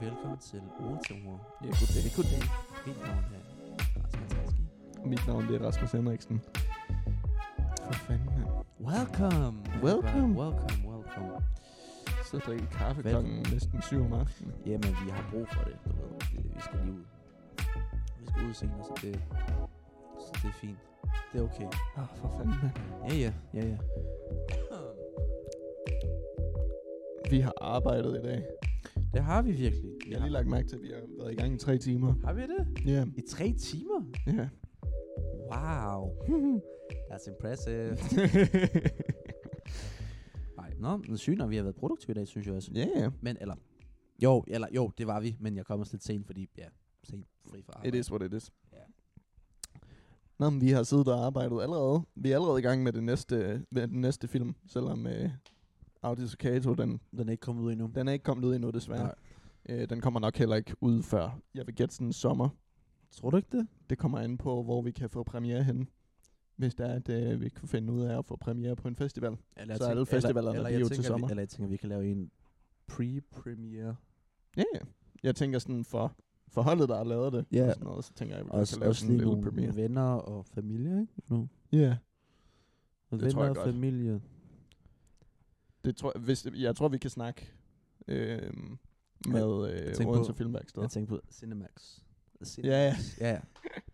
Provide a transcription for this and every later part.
velkommen til er Ordtore. Ja, goddag, goddag. Mit navn er Rasmus Hanski. Mit navn det er Rasmus Henriksen. For fanden, mand. Welcome! everybody. Welcome. Welcome, welcome. Så drikker kaffe Hvad- klokken næsten 7 om aftenen. Jamen, vi har brug for det, du ved. Det- Vi skal lige ud. Vi skal ud senere, så det, så det er fint. Det er okay. Åh, for fanden, mand. Ja, ja, ja, ja. Vi har arbejdet i dag. Det har vi virkelig. Vi Jeg har har- lige lagt mærke til, at vi har været i gang i tre timer. Har vi det? Ja, I tre timer? ja. Wow. That's impressive. Nej, nå, men sygt, når vi har været produktive i dag, synes jeg også. Ja, ja. Men, eller... Jo, eller, jo, det var vi, men jeg kom også lidt sent, fordi, ja, sent fri fra It arbejde. is what it is. Ja. Nå, men vi har siddet og arbejdet allerede. Vi er allerede i gang med, det næste, med den næste film, selvom øh, Audi Sukato, den, Den er ikke kommet ud endnu. den er ikke kommet ud endnu, desværre. Nej. Øh, den kommer nok heller ikke ud før, jeg vil gætte sådan sommer. Tror du ikke det? Det kommer an på, hvor vi kan få premiere hen. Hvis der er, at øh, vi kan finde ud af at få premiere på en festival. Eller jeg Så er alle tænker- festivalerne, de jeg er jo til tænker, vi- sommer. Eller jeg tænker, vi kan lave en pre-premiere. Ja, yeah. jeg tænker sådan for, for holdet, der har lavet det. Ja. Og sådan noget, så tænker jeg, at vi godt Også, kan lave også sådan en lige lille nogle premiere. venner og familie, ikke? Nu. Ja, yeah. Og Det venner tror jeg og godt. familie. det tror jeg, hvis, jeg tror, vi kan snakke øh, med tænk øh, på- Odense Filmværksted. Jeg tænker på Cinemax. Ja, ja. Cinemax. Ja, ja.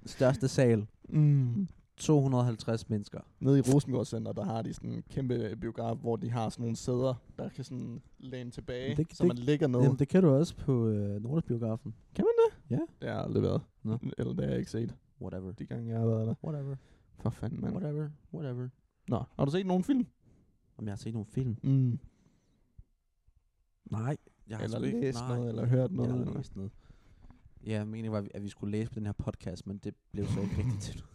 Største sal. Mm. 250 mennesker. Nede i Rosengård Center, der har de sådan en kæmpe biograf, hvor de har sådan nogle sæder, der kan sådan læne tilbage, det- det, så det- man ligger ned. Jamen, det kan du også på øh, Nordisbiografen. det har jeg aldrig været. Nå. Eller det har jeg ikke set, Whatever. de gange jeg har været der. Whatever. For fanden, mand. Whatever. Whatever. Nå, har du set nogen film? Om jeg har set nogle film? Mm. Nej. Jeg har Eller sgu ikke. læst Nej. noget, eller hørt noget. Eller eller- læst noget. Ja, meningen var, at vi skulle læse på den her podcast, men det blev så ikke rigtigt til noget.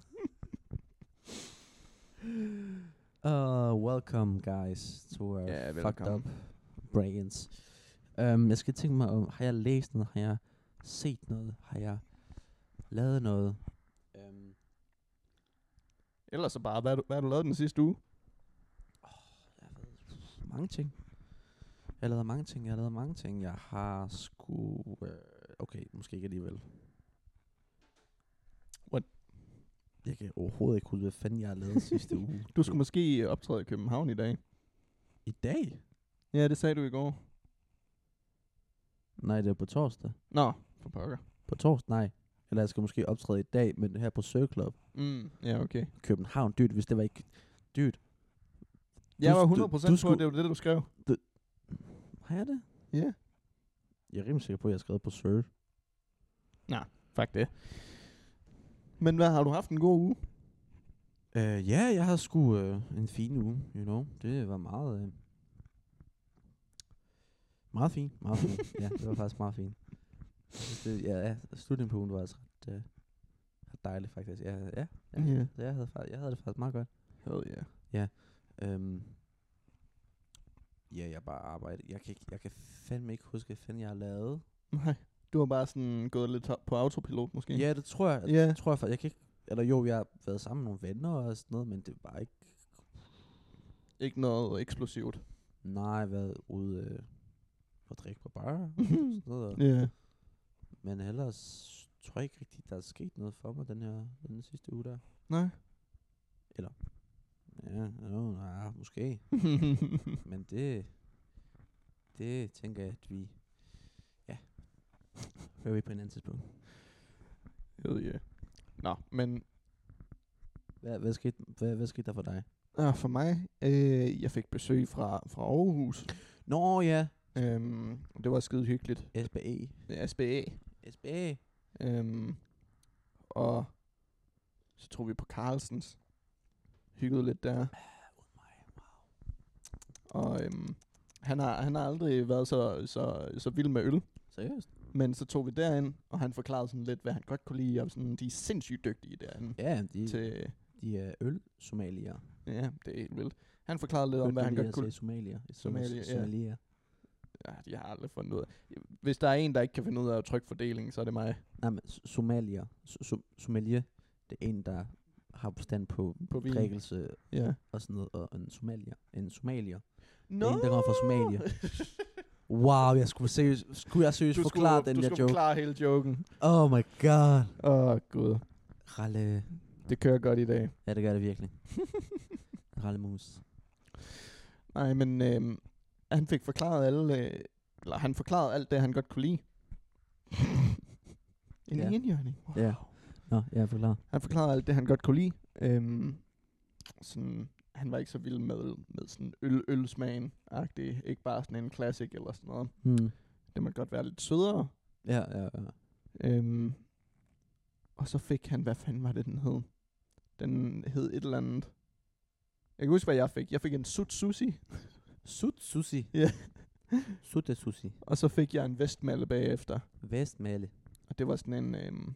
Uh, welcome guys to our Ja, fucked velkommen. up brains. Um, jeg skal tænke mig om, har jeg læst noget? Har jeg set noget? Har jeg lavet noget? Um, Ellers så bare, hvad, har du- hvad har du lavet den sidste uge? Jeg har lavet mange ting. Jeg har lavet mange ting, jeg har lavet mange ting. Jeg har sgu... Øh, okay, måske ikke alligevel. What? Jeg kan overhovedet ikke huske, hvad fanden jeg har lavet sidste uge. Du skulle måske optræde i København i dag. I dag? Ja, det sagde du i går. Nej, det er på torsdag. Nå, for pokker. På torsdag? Nej. Eller jeg skal måske optræde i dag, men her på Circle Club. Mm, ja, okay. København, dyrt, hvis det var ikke... Dyrt. Jeg Du- var du- 100% du på, skulle- at det var det, du skrev. Har jeg det? Ja. Jeg er rimelig sikker på, at jeg har skrevet på Circle. Fuck det. Men hvad, har du haft en god uge? Øh, ja, jeg har sgu øh, en fin uge, you know. Det var meget... Øh, meget fint, meget fint. ja, det var faktisk meget fint. Jeg synes, det, ja, ja, slutningen på ugen var altså ret, øh, ret dejligt, faktisk. Ja, ja, ja. Ja. Så jeg havde, fa- jeg havde det faktisk meget godt. Hell yeah. Øhm, ja, jeg bare arbejde. Jeg kan, ikke, jeg kan fandme ikke huske, hvad fanden jeg har lavet. Nej, du har bare sådan gået lidt op på autopilot måske. Ja, det tror jeg. Det Ja. tror jeg faktisk. Jeg kan ikke, eller jo, jeg har været sammen med nogle venner og sådan noget, men det var ikke, Ikke noget eksplosivt. nej, været ude øh, og drikke på bar. sådan noget, og- Ja. Men ellers tror jeg ikke rigtigt, der er sket noget for mig den her den sidste uge der. Nej. Ja, jo, nej, måske. Men det, det tænker jeg, at vi, ja, hører vi på en anden tidspunkt. Hell yeah. Nå, men Hvad, hvad, skete, hvad, hvad skete der for dig? Ah, for mig, øh, jeg fik besøg fra, fra Aarhus. Nå ja, E. Øhm, det var skide hyggeligt. SBE. Øh, SBA. SBE. Øhm, og så tog vi på Carlsens. Hyggede lidt der. Og øhm, han, har, han har aldrig været så, så, så vild med øl. Seriøst? Men så tog vi derind, og han forklarede sådan lidt, hvad han godt kunne lide. Og sådan, de er sindssygt dygtige derinde. Ja, de, Til, de er øl-somalier. ja, det er helt vildt. Han forklarede lidt Hørte om, du hvad han lige, godt jeg kunne sagde somalier? Et Somalier, somalia, ja. somalier. Ja, de har aldrig fundet ud af. Hvis der er en, der ikke kan finde ud af at trykke fordeling, så er det mig Nej, men s- somalier. So- so- Somalier, det er en, der har forstand på, på vin. drikkelse Ja. og sådan noget, og en somalier. En somalier. No. En, der kommer fra Somalia. Wow, jeg skulle seriøst, skulle jeg seriøst Du forklare skulle, den du der skulle joke? forklare hele joken. Oh my god. Åh, oh, gud. Ralle. Det kører godt i dag. Ja, det gør det virkelig. Ralle Mus. Nej, men øh, han fik forklaret alle, øh, eller han forklarede alt det, han godt kunne lide. Ja. en ja. indjørning. Wow. Ja. Nå, jeg er forklaret. Han forklarede alt det, han godt kunne lide. Øhm, sådan, han var ikke så vild med, med sådan øl, ølsmagen -agtig. Ikke bare sådan en classic eller sådan noget. Hmm. Det må godt være lidt sødere. Ja, ja, ja. Øhm, og så fik han, hvad fanden var det, den hed? Den hed et eller andet. Jeg kan huske, hvad jeg fik. Jeg fik en sut sushi, Sut sushi. Ja. Sutta sushi. og så fik jeg en vestmalle bagefter. Vestmale. Og det var sådan en... Øhm,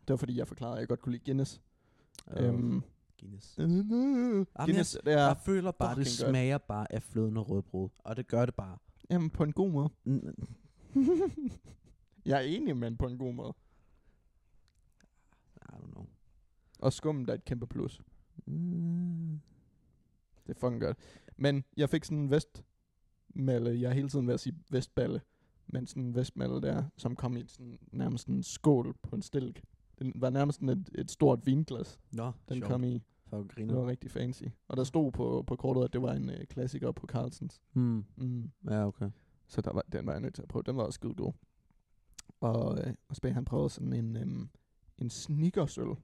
det var fordi, jeg forklarede, at jeg godt kunne lide Guinness. Øh, Øhm, Guinness. Guinness, det Ja. Jeg er... føler bare, det fucking godt. smager bare af flødende rødbrød. Og det gør det bare. Jamen, på en god måde. Mm, jeg er enig, men på en god måde. I don't know. Og skummet er et kæmpe plus. Mm. Det er fucking godt. Men jeg fik sådan en vestmalle. Jeg er hele tiden ved at sige vestballe. Men sådan en vestmalle der, som kom i sådan, nærmest en skål på en stilk. Den var nærmest sådan et, et stort vinglas, Nå, den sjovt. kom i. For at grine. Det var rigtig fancy. Og der stod på, på kortet, at det var en øh, klassiker på Carlsens. Mm. Mm. Ja, okay. Så der var, den var jeg nødt til at prøve. Den var også skide god. Og, øh, og Spag, han prøvede sådan en, øhm, en sneakersøl. Åh,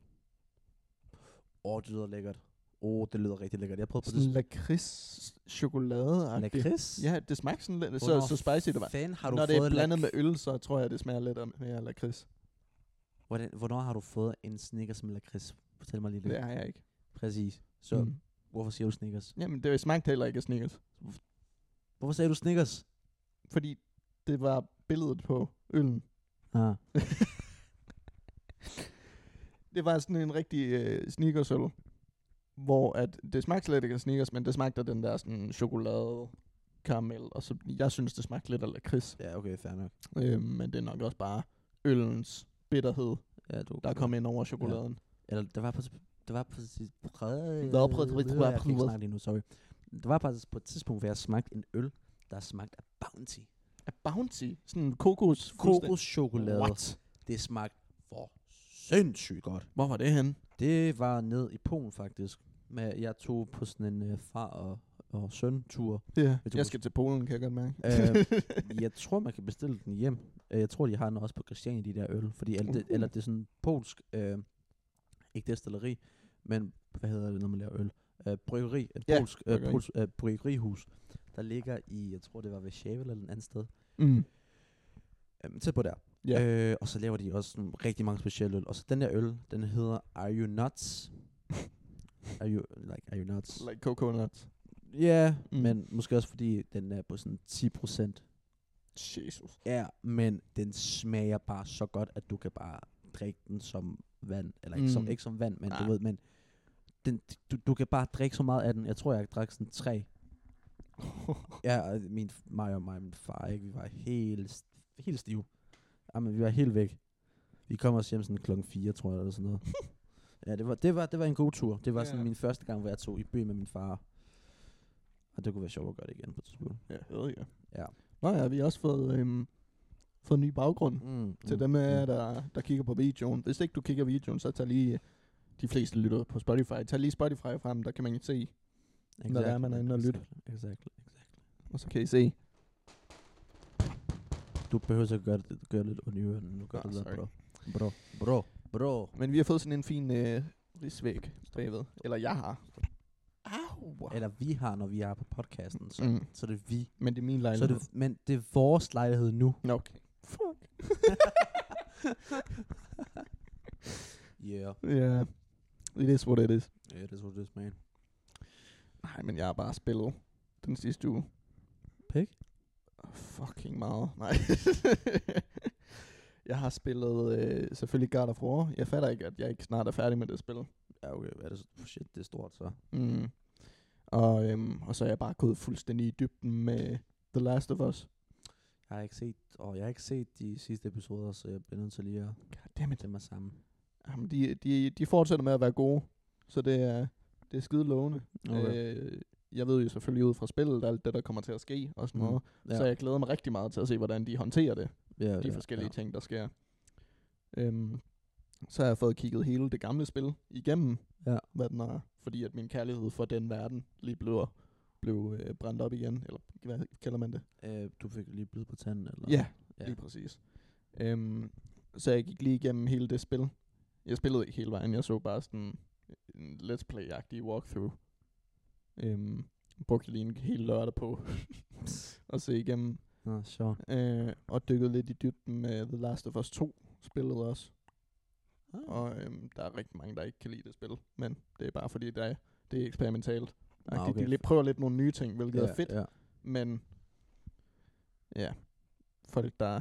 oh, det lyder lækkert. Åh, oh, det lyder rigtig lækkert. Jeg prøvede på Sådan det. lakrids chokolade Lakrids? Ja, det smagte sådan lidt. Så, Hvornår så spicy det var. Fanden, har du Når fået det er blandet lak- med øl, så tror jeg, det smager lidt af mere lakrids. Hvordan, hvornår har du fået en Snickers med lakrids? Fortæl mig lige det. Det Ja. har jeg ikke. Præcis. Så mm. hvorfor siger du Snickers? Jamen, det smagte heller ikke af Snickers. Hvorfor sagde du Snickers? Fordi det var billedet på øllen. Ah. Det var sådan en rigtig øh, sneakersøl, hvor at det smagte slet ikke af Snickers, men det smagte af den der sådan chokolade karamel, og så jeg synes, det smagte lidt af lakrids. Ja, okay, fair nok. Øh, men det er nok også bare øllens bitterhed, Ja, du, der kom ind over chokoladen. Eller, der var på... Der var på... øh, Der var på- Jeg kan ikke snakke lige nu, sorry. Der var faktisk på et tidspunkt, hvor jeg smagte en øl, der smagte af Bounty. A Bounty? Sådan en kokos? Kokoschokolade. What? Det smagte for sindssygt godt. Hvor var det henne? Det var ned i Polen faktisk. Men jeg tog på sådan en øh, far og, og søn tur. Ja, du jeg huske? skal til Polen, kan jeg godt mærke. Øh, jeg tror, man kan bestille den hjem. Øh, Jeg tror, de har den også på Christiania, de der øl. Fordi, eller, det, Uh. eller det er sådan polsk, øh, ikke destilleri, men hvad hedder det, når man laver øl? Øh, bryggeri, et Ja, polsk øh, bryggeri. polsk øh, bryggerihus, der ligger i, jeg tror, det var Varsjava eller et andet sted. Mm. Øhm, tæt på der. Ja. Øh, og så laver de også sådan rigtig mange specielle øl. Og så den der øl, den hedder Are You Nuts? are you, like, are you nuts? Like coconuts. Ja, Mm. yeah, men måske også fordi den er på sådan 10% Jesus. Ja, men den smager bare så godt, at du kan bare drikke den som vand. Eller ikke, mm. som, Mm. ikke som vand, men Nej. du ved, men den, du, du kan bare drikke så meget af den. Jeg tror, jeg drak sådan tre. Ja, og min, mig og mig, og min far, ikke? vi var helt, st- helt stive. Jamen, vi var helt væk. Vi kom også hjem sådan klokken 4, tror jeg, eller sådan noget. ja, det var, det, var, det var en god tur. Det var yeah. Ja. sådan min første gang, hvor jeg tog i byen med min far. Og det kunne være sjovt at gøre det igen på et tidspunkt. ja, jeg ved ikke. Ja. Nå ja, vi har også fået, øhm, fået ny baggrund mm. Mm, til dem af jer, der, der kigger på videoen. Hvis ikke du kigger på videoen, så tag lige øh, de fleste lytter på Spotify. Tag lige Spotify frem, der kan man se. når det er, man er inde og lytte. Exakt, exakt. Og så kan I se. Du behøver så gøre det, gøre lidt ondt i ørerne, nu gør Nå, det der, sorry. bro. Bro, Ah, bro, bro. Men vi har fået sådan en fin øh, rigsvæg bagved. Eller jeg har. Au. Eller vi har, når vi er på podcasten, så, Mm. så er det vi. Men det er min Så er lejlighed. det, men det er vores lejlighed nu. Nå, Okay. Fuck. Yeah, Ja. Yeah. It is what it is. yeah, that's what it is, man. Nej, men jeg har bare spillet den sidste uge. Pik? Fucking meget. Nej. jeg har spillet øh, selvfølgelig God of War. Jeg fatter ikke, at jeg ikke snart er færdig med det spil. Ja, okay, hvad er det så? Puh, Shit, det er stort, så. Mm. Og, øhm, og så er jeg bare gået fuldstændig i dybden med The Last of Us. Jeg har ikke set, og jeg har ikke set de sidste episoder, så jeg bliver nødt til lige at Goddammit. tage mig sammen. Jamen, de, de, de fortsætter med at være gode. Så det er, det er skide lovende. Okay. Øh, jeg ved jo selvfølgelig ud fra spillet, alt det, der kommer til at ske og sådan Mm. noget. Ja. Så jeg glæder mig rigtig meget til at se, hvordan de håndterer det. ja, de Øh, ja, forskellige ja. ting, der sker. Øhm, så har jeg fået kigget hele det gamle spil igennem, Ja. hvad den er, fordi at min kærlighed for den verden lige blev, blev øh, brændt op igen, eller hvad kalder man det? Øh, du fik lige blod på tanden, eller? Ja, Ja. ja. lige præcis. Øhm, så jeg gik lige igennem hele det spil. Jeg spillede ikke hele vejen, jeg så bare sådan en let's play-agtig walkthrough. Øhm, brugte lige en hel lørdag på at se igennem. Nå, sjovt. Øh, og dykkede lidt i dybden med The Last of Us 2 spillet også. Ah. Og øhm, der er rigtig mange, der ikke kan lide det spil. Men det er bare fordi, det er, det er eksperimentalt. Nå, Okay. Ah, okay. De, de prøver lidt nogle nye ting, hvilket ja, er fedt. Ja. Men ja, folk der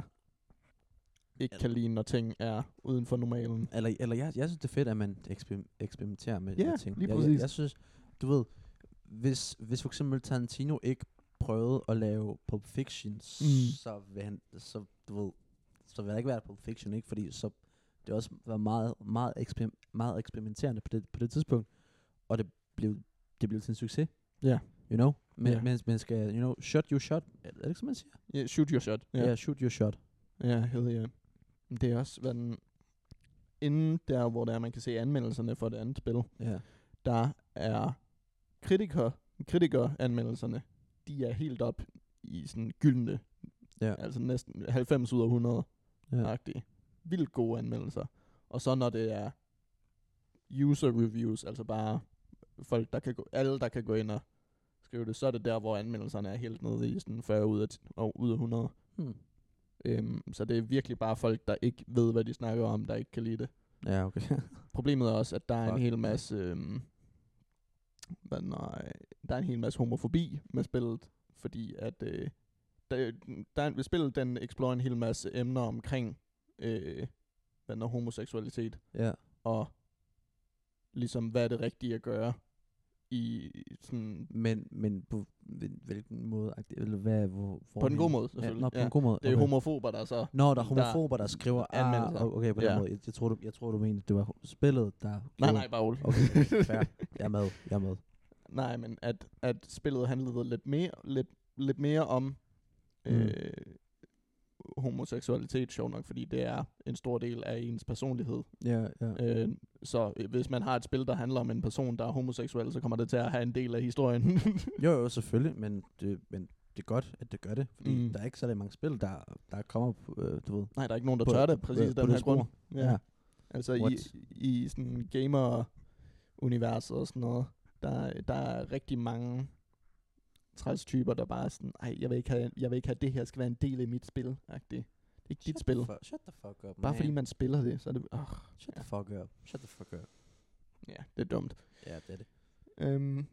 ikke Ja. kan lide, når ting er uden for normalen. Eller, eller jeg, jeg synes, det er fedt, at man eksper- eksperimenterer med, Ja, med ting. lige jeg, jeg, præcis. jeg synes, du ved, hvis, hvis for eksempel Tarantino ikke prøvede at lave Pulp Fiction, mm. så vil han, så, du ved, så vil der ikke være Pulp Fiction, ikke? Fordi så det har også var meget, meget, eksper- meget eksperimenterende på det, på det tidspunkt, og det blev, det blev til en succes. Ja. You know? Men Ja. yeah. man, man skal, you know, shot you shot. Er det ikke, som man siger? Yeah, shoot your shot. Ja, yeah, shoot you shot. Ja, hedder jeg. Men Det er også, hvad den... Inden der, hvor der er, man kan se anmeldelserne for det andet spil, Ja. der er kritikere, kritikeranmeldelserne, de er helt op i sådan gyldne, Ja. altså næsten 90 ud af 100 Ja. agtige Vildt gode anmeldelser. Og så når det er user reviews, altså bare folk, der kan gå, alle der kan gå ind og skrive det, så er det der, hvor anmeldelserne er helt nede i sådan 40 ud af, ti- og ud af 100. Hmm. Øhm, så det er virkelig bare folk, der ikke ved, hvad de snakker om, der ikke kan lide det. Ja, okay. Problemet er også, at der er en Fuck. hel masse... Øhm, hvad, nej, der er en hel masse homofobi med spillet, fordi at øh, der, der er, spillet den explorer en hel masse emner omkring øh, hvad, når homoseksualitet ja. og ligesom hvad er det rigtige at gøre i sådan Men, men på hvil- hvilken måde? agtig- Eller hvad, hvor, hvor på en god hen? måde Ja, selvfølgelig. nå, på en god måde. Det er okay. homofober der så Nå, der er der homofober, der skriver... anmeldelser. Ah, okay, på den Ja. måde. Jeg, jeg, tror, du, jeg tror, du mente, det var spillet, der... Nej gjorde- nej, bare rolig. Okay, fair. Jeg er med, jeg er med. Nej, men at, at spillet handlede lidt mere, lidt, lidt mere om Mm. mm. øh, homoseksualitet, sjov nok, fordi det er en stor del af ens personlighed. Ja, ja. Øh, så øh, hvis man har et spil, der handler om en person, der er homoseksuel, så kommer det til at have en del af historien. Jo, jo, selvfølgelig, men det, men det er godt, at det gør det. Fordi mm. Mm. der er ikke så mange spil, der, der kommer på, øh, du ved... Nej, der er ikke nogen, der På- tør det, på- præcis på den det her grund. spor. Ja. Altså What? i, i sådan gamer-universet og sådan noget, der, der er rigtig mange træls typer, der bare er sådan, ej, jeg vil ikke have, jeg vil ikke have det her, skal være en del af mit spil, -agtigt. Det er ikke dit spil. The fuck, shut the fuck up, man. Bare fordi man spiller det, så er det, oh, Shut the fuck up. Shut the fuck up. ja, det er dumt. Ja, det er det. Øhm,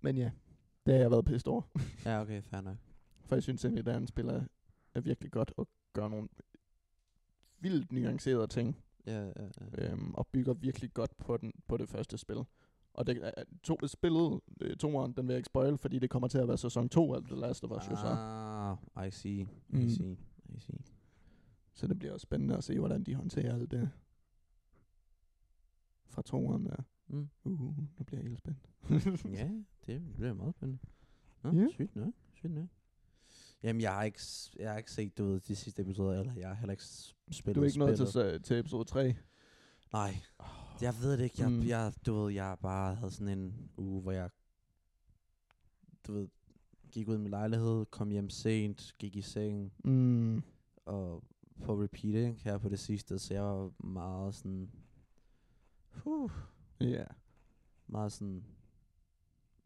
men ja, det har jeg været pissed over, Ja, okay, fair nok. for jeg synes egentlig, at han spiller er virkelig godt og gør nogle vildt nuancerede ting. Ja, ja, ja. øhm, og bygger virkelig godt på, den, på det første spil. Og det er- er to, spillet, øh, toeren, den vil jeg ikke spoil, fordi det kommer til at være sæson 2 af The Last of Us, jo så. Ah, I see, I Mm. see, I see. Så det bliver også spændende at se, hvordan de håndterer alt det fra toeren der. Mm. Uh, nu bliver jeg helt spændt. ja, det bliver meget spændende. Nå, Ja. sygt nok, sygt nok. Jamen, jeg har ikke, s- jeg har ikke set, du ved, de sidste episoder, eller jeg har heller ikke s- spillet Du er ikke nået til, spillet. så- til episode 3. Nej, jeg ved det ikke. Jeg, mm. Mm. jeg, du ved, jeg bare havde sådan en uge, hvor jeg, du ved, gik ud i min lejlighed, kom hjem sent, gik i seng, Mm. og på repeat, ikke, her på det sidste, så jeg var meget sådan, huh, Ja, meget sådan,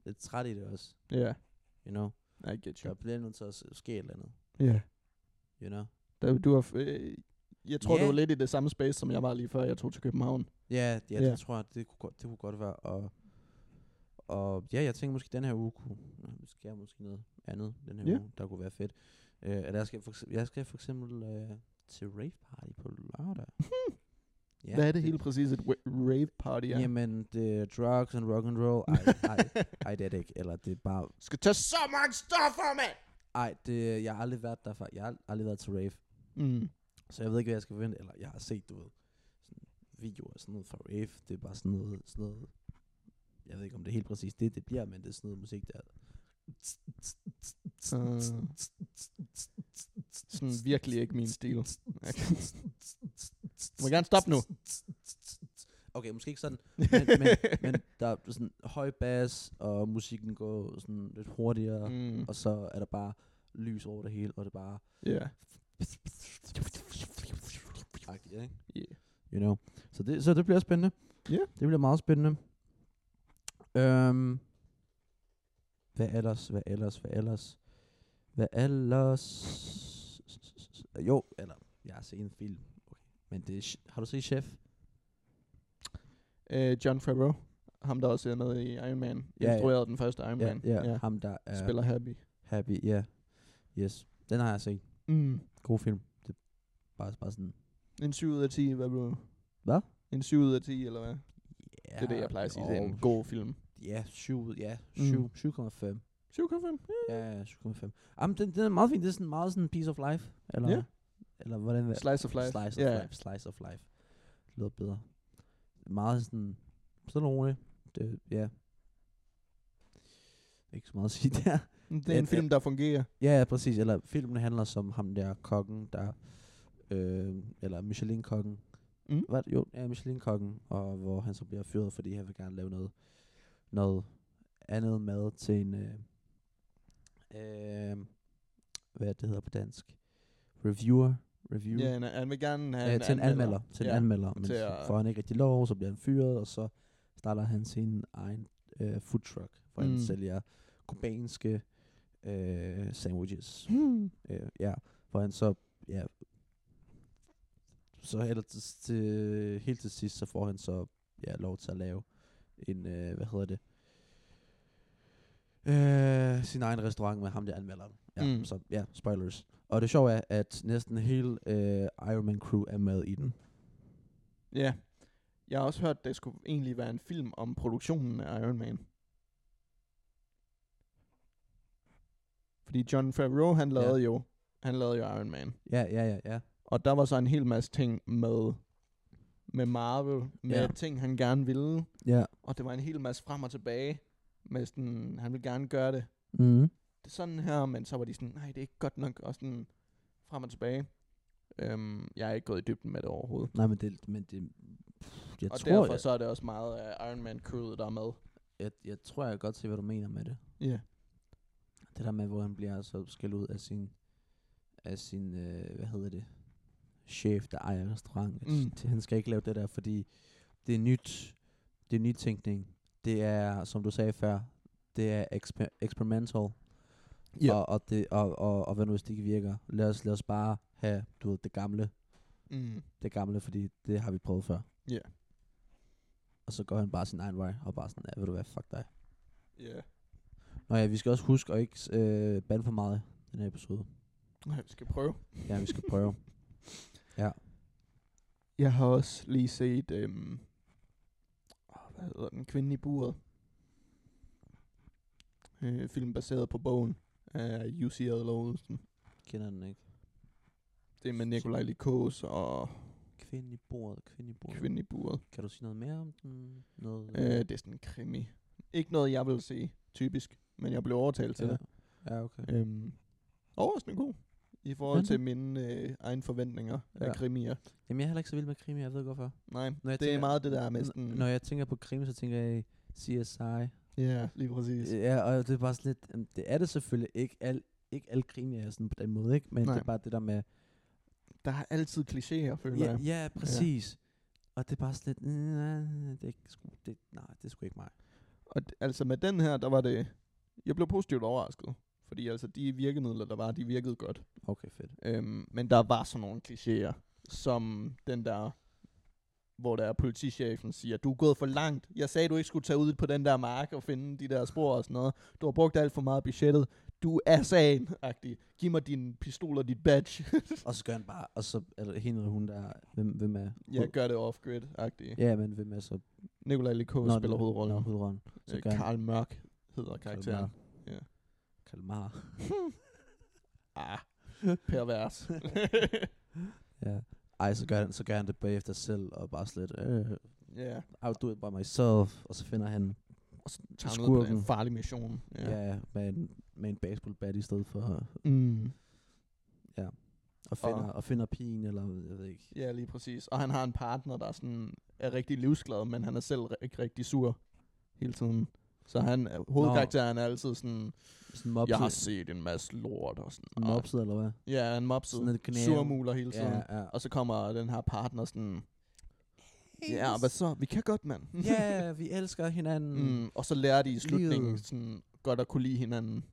lidt træt i det også, ja. you know. I get Der you. bliver nødt til at s- ske et eller andet, Ja. you know. Der, du har, f- øh, jeg tror, Ja. du var lidt i det samme space, som jeg var lige før, jeg tog til København. Ja, ja, Ja. det tror jeg, det kunne, godt, det kunne godt være. Og, og ja, jeg tænker måske, den her uge kunne, nå, nu skal jeg måske noget andet den her Ja. uge, der kunne være fedt. Uh, eller jeg skal, for eksempel, jeg skal for eksempel uh, til rave party på lørdag. ja, Hvad er det helt præcis? Et wa- rave party er? Jamen, det er drugs and rock and roll. Ej, ej, ej, det er det ikke. Eller det er bare... Skal tage så mange stoffer, mand! Ej, det, jeg har aldrig været der før. Jeg har aldrig været til rave. Mm. Så jeg ved ikke, hvad jeg skal forvente. Eller jeg har set, du ved, sådan videoer og sådan noget fra rave. Det er bare sådan noget, sådan noget jeg ved ikke, om det er helt præcis det, det bliver, men det er sådan noget musik der. Øh, sådan virkelig ikke min stil. Jeg kan- Du må gerne stoppe nu. Okay, måske ikke sådan, men, men, men der er sådan høj bas, og musikken går sådan lidt hurtigere, mm. mm, og så er der bare lys over det hele, og det er bare... yeah. Agtigt, ikke? Yeah. You know. Så det, så det bliver spændende. Ja. Det bliver meget spændende. Øhm, hvad ellers, hvad ellers, hvad ellers? Hvad ellers? Jo, eller jeg har set en film. Okay. Men det er, sh- har du set Chef? Øh, John Favreau, ham der også er med i Iron Man, Ja, ja. instruerede den første Iron Man. ja, ja, ham der er Mm. Spiller Happy. Happy, ja. Yes, den har jeg set. Mm. God film. Det er bare, bare sådan, En 7 ud af 10, hvad blev Hvad? En 7 ud af 10, eller hvad? ja, Ja, det er det, jeg plejer at sige. Det er og- en god film. Ja, 7, ja, Mm. 7, 7,5. 7,5. Ja, ja, 7,5. Jamen, den, den er meget fin. Det er sådan meget sådan piece of life. Eller, Ja. eller hvordan det Slice of life. Slice Ja, of ja. life. Slice of life. Det lyder bedre. Meget sådan, sådan roligt. Det, ja. Ikke så meget at sige der. Det er en Ja, film, der fungerer. Ja, ja, præcis. Eller filmen handler som ham der kokken, der... Øh, eller Michelin-kokken. Mm. Hvad? Jo, ja, Michelin-kokken. Og hvor han så bliver fyret, fordi han vil gerne lave noget, noget andet mad til en... Øh, øh, hvad er det, det hedder på dansk? Reviewer. Review. Ja, han, han vil gerne have ja, til en anmelder. Til en Ja. anmelder. Men til så at- får han ikke rigtig lov, så bliver han fyret, og så starter han sin egen øh, food truck, hvor mm. Mm. han sælger kubanske øh, sandwiches. Hmm. Øh, ja, hvor han så, ja, så helt til, til, helt til sidst, så får han så ja, lov til at lave en, øh, hvad hedder det, øh, sin egen restaurant med ham der anmelderen. Ja, Mm. mm. så ja, spoilers. Og det sjove er, at næsten hele øh, Iron Man crew er med i den. Ja. Jeg har også hørt, der skulle egentlig være en film om produktionen af Iron Man. Fordi John Favreau, han lavede jo, han lavede jo Iron Man. Ja, ja, ja, ja. Og der var så en hel masse ting med, med Marvel, med Ja. ting, han gerne ville. Ja. Og det var en hel masse frem og tilbage. Med sådan, han ville gerne gøre det. Mm. det er sådan her, men så var de sådan, nej, det er ikke godt nok, og sådan frem og tilbage. Øhm, jeg er ikke gået i dybden med det overhovedet. Nej, men det, men det jeg, og tror, derfor jeg, så er det også meget af Iron Man crewet, der er med. jeg, jeg tror, jeg kan godt se, hvad du mener med det. Ja. Yeah. Det der med, hvor han bliver så skældt ud af sin, af sin øh, hvad hedder det, chef, der ejer restauranten. Mm. Mm. Han skal ikke lave det der, fordi det er nyt, det er nytænkning. Det er, som du sagde før, det er eksper- experimental. Ja. Og, og, det, og, og, og hvad nu hvis det ikke virker? Lad os, lad os bare have, du ved, det gamle, Mm. det gamle, fordi det har vi prøvet før. Ja. Og så går han bare sin egen vej, og bare sådan, ja, ved du hvad, fuck dig. Yeah. Nå ja, vi skal også huske at ikke øh, bande for meget i den her episode. Nej, vi skal prøve. Ja, vi skal prøve. Jeg har også lige set, øhm, åh, hvad hedder den, Kvinden i buret. Øh, film baseret på bogen af Jussi Adler Olsen. Kender den ikke. Det er med Nikolaj Likos og Kvinde i bordet, kvinde i bordet. Kvinden i buret. Kan du sige noget mere om den? Noget, Øh, det er sådan en krimi. Ikke noget, jeg vil se, typisk, men jeg blev overtalt til ja. det. ja, okay. Øhm, overraskende god. I forhold Men- til mine øh, egne forventninger Ja. ja. af krimier. Jamen, jeg er heller ikke så vild med krimi, jeg ved ikke hvorfor. Nej, Når jeg det er tænker- meget det der med N- sådan... Når jeg tænker på krimi, så tænker jeg CSI. Ja, lige præcis. Øh, Ja, og det er bare sådan lidt, jamen, det er det selvfølgelig ikke. Al, ikke alle krimi er sådan på den måde, ikke? Men Nej. Nej. det er bare det der med, Der er altid klichéer, føler ja, jeg. ja, præcis. Og det er bare sådan lidt, nej, det er ikke, sgu- det, nej, det er sgu ikke mig. Og d- altså med den her, der var det... Jeg blev positivt overrasket. Fordi altså de virkemidler, der var, de virkede godt. Okay, fedt. Øhm, men der var sådan nogle klichéer, som den der hvor der er politichefen siger, du er gået for langt. Jeg sagde, du ikke skulle tage ud på den der mark og finde de der spor og sådan noget. Du har brugt alt for meget af budgettet. Du er sagen -agtig. Giv mig din pistol og dit badge. Og så gør han bare, og så er det hende eller hun, der er, hvem, hvem er? jeg gør det off-grid-agtig. Yeah. Ja, men hvem er så? Nikolaj Likos Nå, spiller det- hovedrollen. Nå, hovedrollen. Øh, gør han- Karl Mørk hedder karakteren. Ja. Kalmar. Ah, pervers. Ja. Ej, så gør, han, så gør han det bagefter selv, og bare slet, øh, ja, I'll do it by myself, og så finder han Og så tager han ud på Skurken. en farlig mission. Ja, ja med, en, med en baseballbat i stedet for Mm. og finder, og finder pigen, eller jeg ved ikke. ja, lige præcis. Og han har en partner, der sådan er rigtig livsglad, men han er selv ri- ikke rigtig sur hele tiden. Så han, er- hovedkarakteren er altid sådan, Sådan jeg har mopset, set en masse lort og sådan. og- mopset eller hvad? Ja, en Sådan mopset. et knæ. Surmuler hele tiden. Ja, ja. Og så kommer den her partner sådan, ja, Yes. hvad så? Vi kan godt, mand. ja, vi elsker hinanden. Mm, og så lærer de i slutningen Livet. sådan, godt at kunne lide hinanden.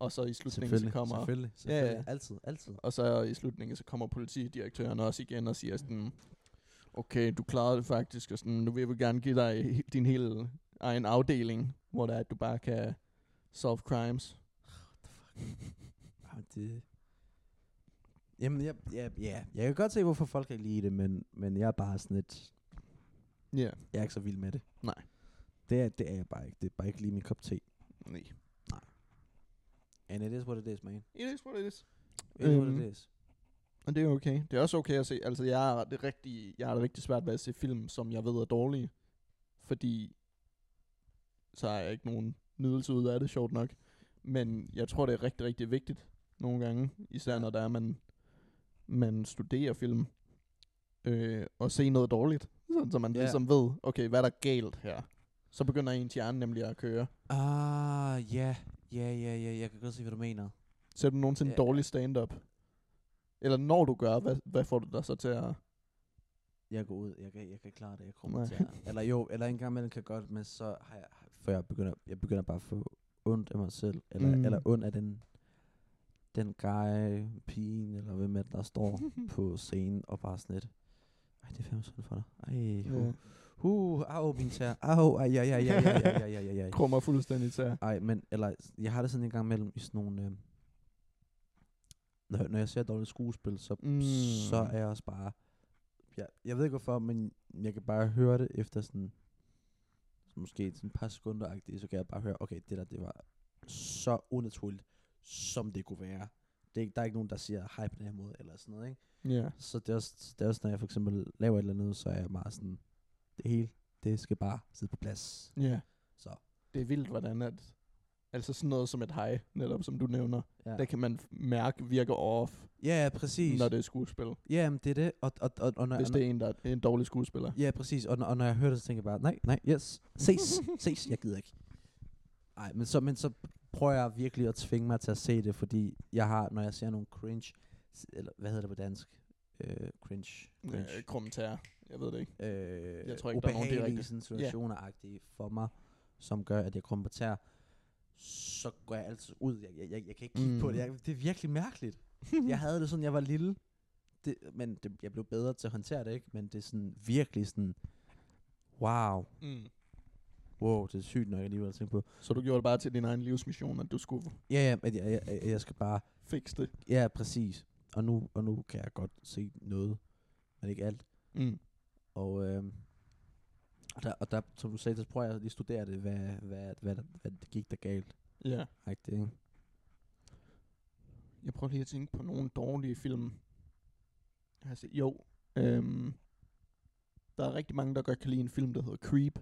Og så i slutningen så selvfølgelig, kommer... selvfølgelig, Ja, ja. selvfølgelig. Altid, altid. Og så i slutningen så kommer politidirektøren også igen og siger sådan... Okay, du klarede det faktisk, og sådan, nu vil vi gerne give dig he- din hele egen afdeling, hvor det er, at du bare kan solve crimes. Jamen, det... Jamen, jeg, ja, ja, jeg kan godt se, hvorfor folk kan lide det, men, men jeg er bare sådan lidt... Ja. Yeah. Jeg er ikke så vild med det. Nej. Det er, det er jeg bare ikke. Det er bare ikke lige min kop te. Nej. And it is what it is, man. It is what it is. It is what Øhm. it is. Og det er okay. Det er også okay at se. Altså, jeg er det rigtig, jeg er det rigtig svært ved at se film, som jeg ved er dårlige. Fordi så har jeg ikke nogen nydelse ud af det, sjovt nok. Men jeg tror, det er rigtig, rigtig vigtigt nogle gange. Især når der er, man, man studerer film. Øh, og se noget dårligt. Sådan, så man Ja. ligesom ved, okay, hvad er der galt her? Så begynder ens hjerne nemlig at køre. Ah, ja. Ja, ja, ja. Jeg kan godt se, hvad du mener. Ser du nogensinde Ja. yeah. dårlig stand-up? Eller når du gør, hvad, hvad får du dig så til at... Jeg går ud. Jeg kan, jeg kan klare det. Jeg kommer Nej. til at... Eller jo, eller en gang imellem kan jeg godt, men så har jeg... For jeg begynder, jeg begynder bare at få ondt af mig selv. Eller, Mm. mm. eller ondt af den den guy, pigen, eller hvem er det, der står på scenen og bare sådan lidt. Ej, det er fandme sådan for dig. Ej, hu, Ja. hu, au, min tær. Au, ej, ej, ej, ej, ej, ej, ej, ej, ej, ej. Krummer fuldstændig til. Ej, men eller, jeg har det sådan en gang mellem i sådan nogle... Øh, når, når jeg ser dårligt skuespil, så, Mm. mm. så er jeg også bare... Jeg, jeg ved ikke hvorfor, men jeg kan bare høre det efter sådan... Måske sådan et par sekunder så kan jeg bare høre, okay, det der, det var så unaturligt, som det kunne være. Det er, ikke- der er ikke nogen, der siger hej på den her måde, eller sådan noget, ikke? Ja. Så det er, også, det er også, når jeg for eksempel laver et eller andet, så er jeg meget sådan, det hele, det skal bare sidde på plads. Ja. Så, Det er vildt, hvordan at... Altså sådan noget som et hej, netop som du nævner. ja. Der kan man f- mærke virker off, Ja, ja, præcis. når det er skuespil. Ja, men det er det. Og, og, og, og når, Hvis og, det er en, der er en dårlig skuespiller. Ja, præcis. Og, når- og når jeg hører det, så tænker jeg bare, nej, nej, yes, ses, ses, jeg gider ikke. Nej, men så, men så prøver jeg virkelig at tvinge mig til at se det, fordi jeg har, når jeg ser nogle cringe, s- eller hvad hedder det på dansk? Øh, cringe. cringe. Ja, kommentarer. Jeg ved det ikke. Øh, Jeg tror ikke, der er nogen ubehagelige direkte. sådan situationer-agtige for mig, som gør, at jeg kommenterer, så går jeg altid ud. Jeg, jeg, jeg, jeg kan ikke kigge mm. på Mm. det. Jeg, det er virkelig mærkeligt. jeg havde det sådan, jeg var lille. Det, men det, jeg blev bedre til at håndtere det, ikke? Men det er sådan virkelig sådan, wow, Mm. wow, det er sygt nok alligevel at tænke på. Så du gjorde det bare til din egen livsmission, at du skulle Ja, ja, men jeg, jeg, jeg, jeg skal bare, fikse det. ja, præcis. Og nu, og nu kan jeg godt se noget, men ikke alt. Mm. Og, øh, og, der, og der, som du sagde, så prøver jeg lige at studere det, hvad, hvad, hvad, der, hvad det gik der galt. Ja. Rigtigt, ikke? Jeg prøver lige at tænke på nogle dårlige film. Altså, jo. Øhm, der er rigtig mange, der godt kan lide en film, der hedder Creep.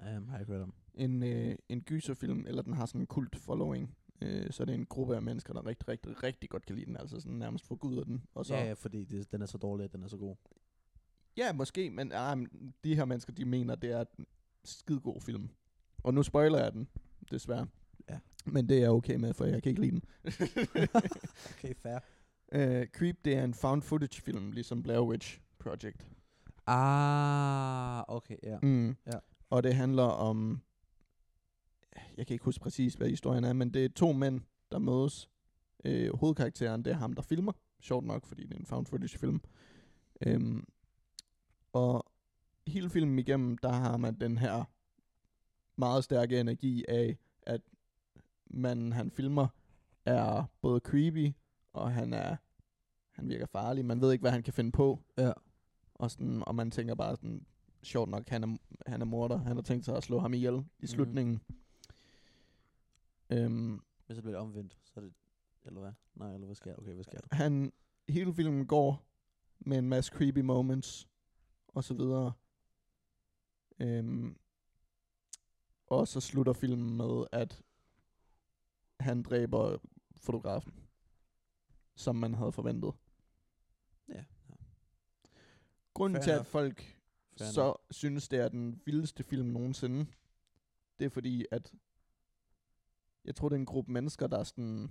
Um, har jeg ikke hørt om. en, øh, en gyserfilm, eller den har sådan en kult following, øh, så er det en gruppe af mennesker, der rigtig, rigtig, rigtig godt kan lide den, altså sådan nærmest forguder den. Og så, Ja, ja, fordi det, den er så dårlig, at den er så god. ja, måske, men ah, men de her mennesker, de mener, det er en skidegod film. Og nu spoiler jeg den, desværre. Ja. Men det er jeg okay med, for jeg kan ikke lide den. Okay, fair. øh, Creep, det er en found footage film, ligesom Blair Witch Project. Ah, okay, ja. Mm. Mm. Ja. Og det handler om, jeg kan ikke huske præcis, hvad historien er, men det er to mænd, der mødes. Øh, hovedkarakteren, det er ham, der filmer. Sjovt nok, fordi det er en found footage film. Øhm, og hele filmen igennem, der har man den her meget stærke energi af, at manden, han filmer, er både creepy, og han er han virker farlig. Man ved ikke, hvad han kan finde på. Ja. Og, sådan, og man tænker bare sådan, sjovt nok, han er, han er morder. Han har tænkt sig at slå ham ihjel i slutningen. Mm. Øhm, Men så bliver det omvendt, så er det... Eller hvad? Nej, eller hvad sker der? Okay, hvad sker der? han, hele filmen går med en masse creepy moments, og så videre. Øhm, Og så slutter filmen med, at han dræber fotografen, som man havde forventet. Ja. ja. Grunden Fair til, at enough. folk Fair så nok. synes, det er den vildeste film nogensinde. Det er fordi, at jeg tror, det er en gruppe mennesker, der er sådan,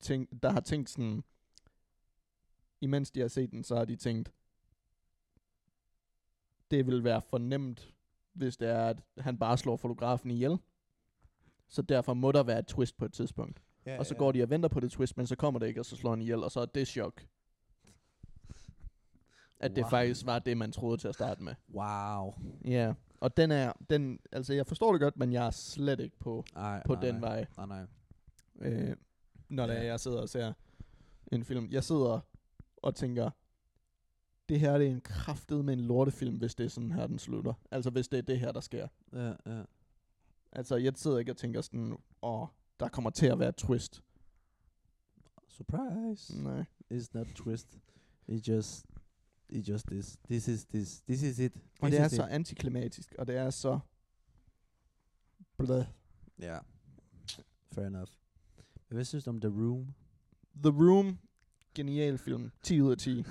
tænk, der har tænkt sådan, imens de har set den, så har de tænkt, det vil være for nemt, hvis det er, at han bare slår fotografen ihjel. Så derfor må der være et twist på et tidspunkt. Ja, og så ja. går de og venter på det twist, men så kommer det ikke, og så slår han ihjel, og så er det chok. At det Wow. faktisk var det, man troede til at starte med. Wow. Ja, og den er, den, altså jeg forstår det godt, men jeg er slet ikke på, Ej, på nej, den nej. vej, Nej, nej. øh, når Ja. ja. jeg sidder og ser en film. Jeg sidder og tænker, det her det er en kraftet med en lortefilm, hvis det er sådan her, den slutter. Altså hvis det er det her, der sker. Ja, ja. Altså jeg sidder ikke og tænker sådan, åh, der kommer til at være et twist. Surprise. Nej. It's not twist. It just it just is. This is this. This is it. This Og det er is så it. antiklimatisk, og det er så... Blah. Ja. Fair enough. Men Hvad synes du om The Room? The Room, genial film. 10 ud af 10. den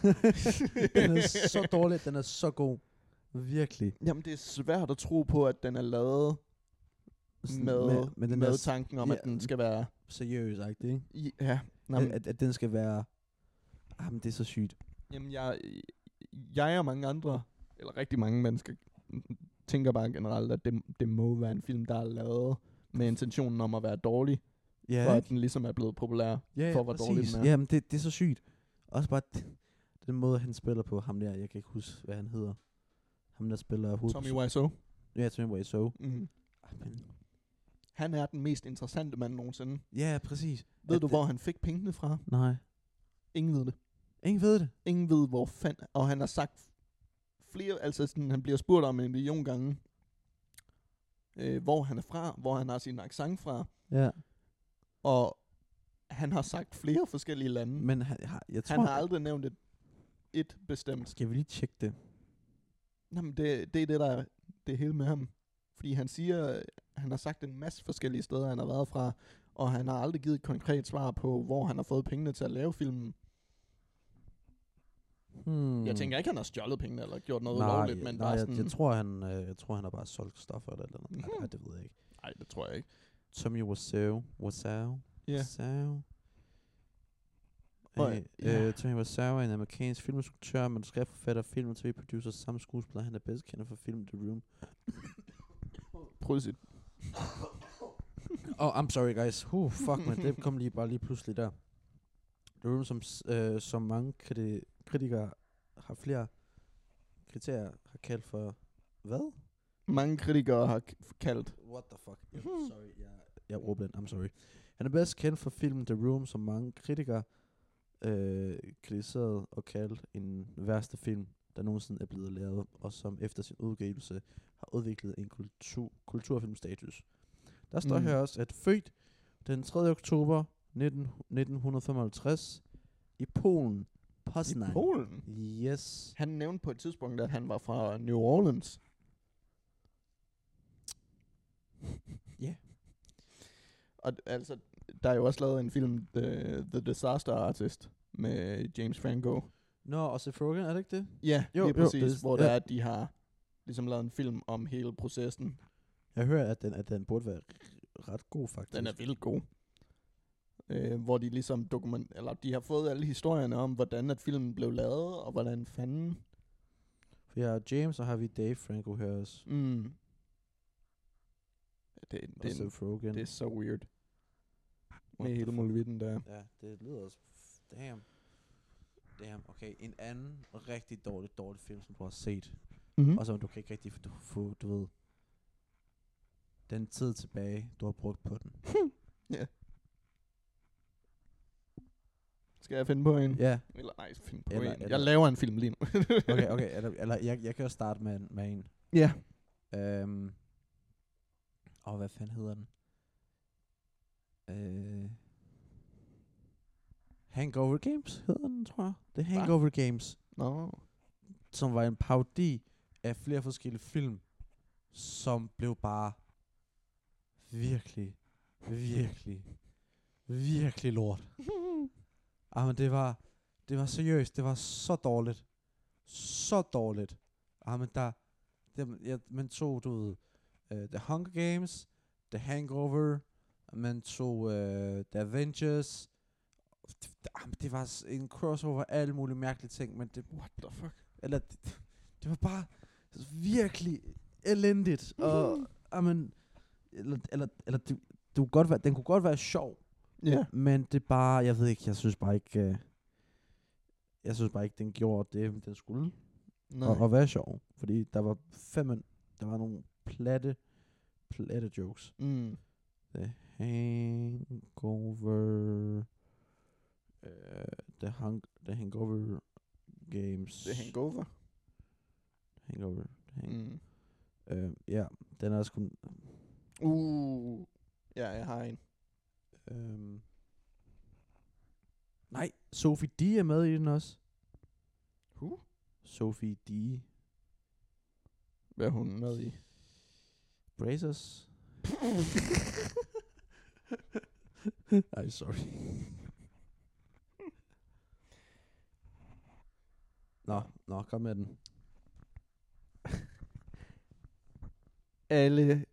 er så dårlig, den er så god. Virkelig. Jamen, det er svært at tro på, at den er lavet Sådan med, med, med den med der der, s- tanken om, ja. at den skal være... seriøs agtig, ikke? i- Ja, Nå, At, men, at, at, den skal være... Ah, men det er så sygt. jamen, jeg, jeg og mange andre, eller rigtig mange mennesker, tænker bare generelt, at det, det må være en film, der er lavet med intentionen om at være dårlig, Ja, for ikke? at den ligesom er blevet populær. ja, ja, for, hvor dårlig den er. Ja, men det, det er så sygt. Også bare d- den måde, han spiller på ham der. Jeg kan ikke huske, hvad han hedder. Ham, der spiller hovedet. Tommy Wiseau. Ja, Tommy Wiseau. Mm. Ah, men- Han er den mest interessante mand nogensinde. Ja, præcis. Ved At du, det- hvor han fik pengene fra? Nej. Ingen ved det. Ingen ved det. Ingen ved, hvor fanden... Og han har sagt flere... Altså, sådan, han bliver spurgt om en million gange, øh, hvor han er fra, hvor han har sin accent fra. Ja. Og han har sagt flere forskellige lande. Men Men han, har, jeg tror... han har aldrig nævnt et, et bestemt. Skal vi lige tjekke det? Jamen, det, det er det, der er det hele med ham. Fordi han siger, øh, han har sagt en masse forskellige steder, han har været fra, og han har aldrig givet et konkret svar på, hvor han har fået pengene til at lave filmen. Hmm. Mm. Jeg tænker ikke, han har stjålet pengene, eller gjort noget nej, ulovligt, men nej, bare jeg, sådan... jeg, tror, han, øh, jeg tror, han har bare solgt stoffer eller et eller andet. Nej, Mhm. nej, det ved jeg ikke. Nej, det tror jeg ikke. Tommy Wiseau. Wiseau. Ja. Wiseau. Og- Hey, ja. øh, Tommy Wiseau er en amerikansk filminstruktør, manuskriptforfatter, film- og tv-producer samt skuespiller. Han er bedst kendt for filmen The Room. Prøv sit. Oh, I'm sorry guys. Uh, fuck man, det kom lige bare lige pludselig der. The Room, som, s- øh, som mange kriti- kritikere har flere kriterier, har kaldt for... Hvad? Mange kritikere har k- kaldt. What the fuck? Jeg, sorry, jeg, jeg er ordblind. I'm sorry. Han er bedst kendt for filmen The Room, som mange kritikere øh, kritiserede og kaldte en værste film, der nogensinde er blevet lavet, og som efter sin udgivelse har udviklet en kultur, kulturfilmstatus. Der står Mm. mm. her også, at født den 3. oktober 19, 1955 i Polen, Poznan. I Polen? Yes. Han nævnte på et tidspunkt, at han var fra New Orleans. Ja. Og d- altså, der er jo også lavet en film, The, The Disaster Artist, med James Franco. Nå, og Seth Rogen, er det ikke det? Ja, Jo, jo, lige jo, præcis, det- hvor det ja. er, at de har ligesom lavet en film om hele processen. Jeg hører, at den, at den burde være ret god, faktisk. Den er vildt god. Øh, hvor de ligesom dokument, eller de har fået alle historierne om, hvordan at filmen blev lavet, og hvordan fanden... Vi har James, og har vi Dave Franco her også. Mm. Det, det, Og er en- Seth Rogen. Det er så weird. What Med the hele fuck? muligheden der. Ja, det lyder også... Damn. Damn, okay. En anden rigtig dårlig, dårlig film, som du har set. Mm-hmm. Og som du kan ikke rigtig få, du, få, du ved, den tid tilbage, du har brugt på den. Skal jeg finde på en? Ja, Eller nej, finde på Eller- en. eller- Jeg laver en film lige nu. okay, okay. Eller, eller jeg, jeg kan jo starte med, en- med en. ja. Øhm, og hvad fanden hedder den? Øh, Hangover Games hedder den, tror jeg. Det er Hva? Hangover Games. Nå. som var en parodi af flere forskellige film, som blev bare virkelig, virkelig, virkelig lort. Jamen, det var, det var seriøst, det var så dårligt. Så dårligt. Jamen, der, det, jeg, man tog, du ved, uh, The Hunger Games, The Hangover, man tog uh, The Avengers. Det, jamen, det var s- en crossover af alle mulige mærkelige ting, men det, What the fuck? eller det, det var bare virkelig elendigt. Og, amen, eller, eller, eller det, det kunne godt være, den kunne godt være sjov, Ja. men det er bare, jeg ved ikke, jeg synes bare ikke, øh, jeg synes bare ikke, den gjorde det, den skulle. Nej. Og, og være sjov, fordi der var fem, der var nogle platte, platte jokes. Mm. The Hangover, uh, the, hang, the Hangover Games. Det er hangover. Hangover. The hang, Mm. Øh, ja, den er også kun... Uh. Ja, jeg har en. Øh, nej, Sophie D er med i den også. Who? Sophie D. Hvad er hun med i? Brazers. Ej, sorry. nå, nå, kom med den. Alle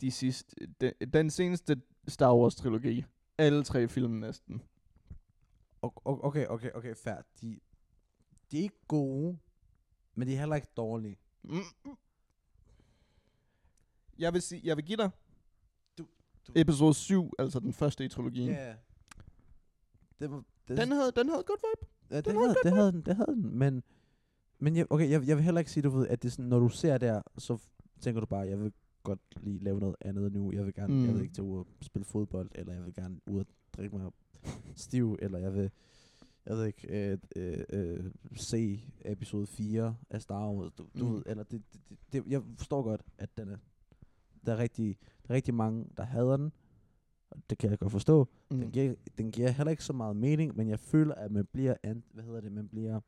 de sidste... Den, den seneste Star Wars-trilogi. Alle tre film næsten. O- o- okay, okay, okay, fair. De, de er ikke gode, men de er heller ikke dårlige. Mm. Jeg vil, sige, jeg vil give dig Du- du- episode 7, altså den første i trilogien. Ja. Det var, det, Den havde, den havde godt vibe. Ja, det, Den havde, havde det havde den, det havde den, men, men jeg, okay, jeg, jeg vil heller ikke sige, du ved, at det er sådan, når du ser der, så f- tænker du bare, jeg vil godt lige lave noget andet nu, jeg vil gerne, mm. jeg Mm. vil ikke tage ud og spille fodbold, eller jeg vil gerne ud og drikke mig stiv, eller jeg vil, jeg ved ikke, øh, øh, øh, se episode 4 af Star Wars, du, du Mm. mm. ved, eller det, det, det, det, jeg forstår godt, at den er, der er rigtig, der er rigtig mange, der hader den, og det kan jeg godt forstå, Mm. den giver, den giver heller ikke så meget mening, men jeg føler, at man bliver, an, hvad hedder det, man bliver, Man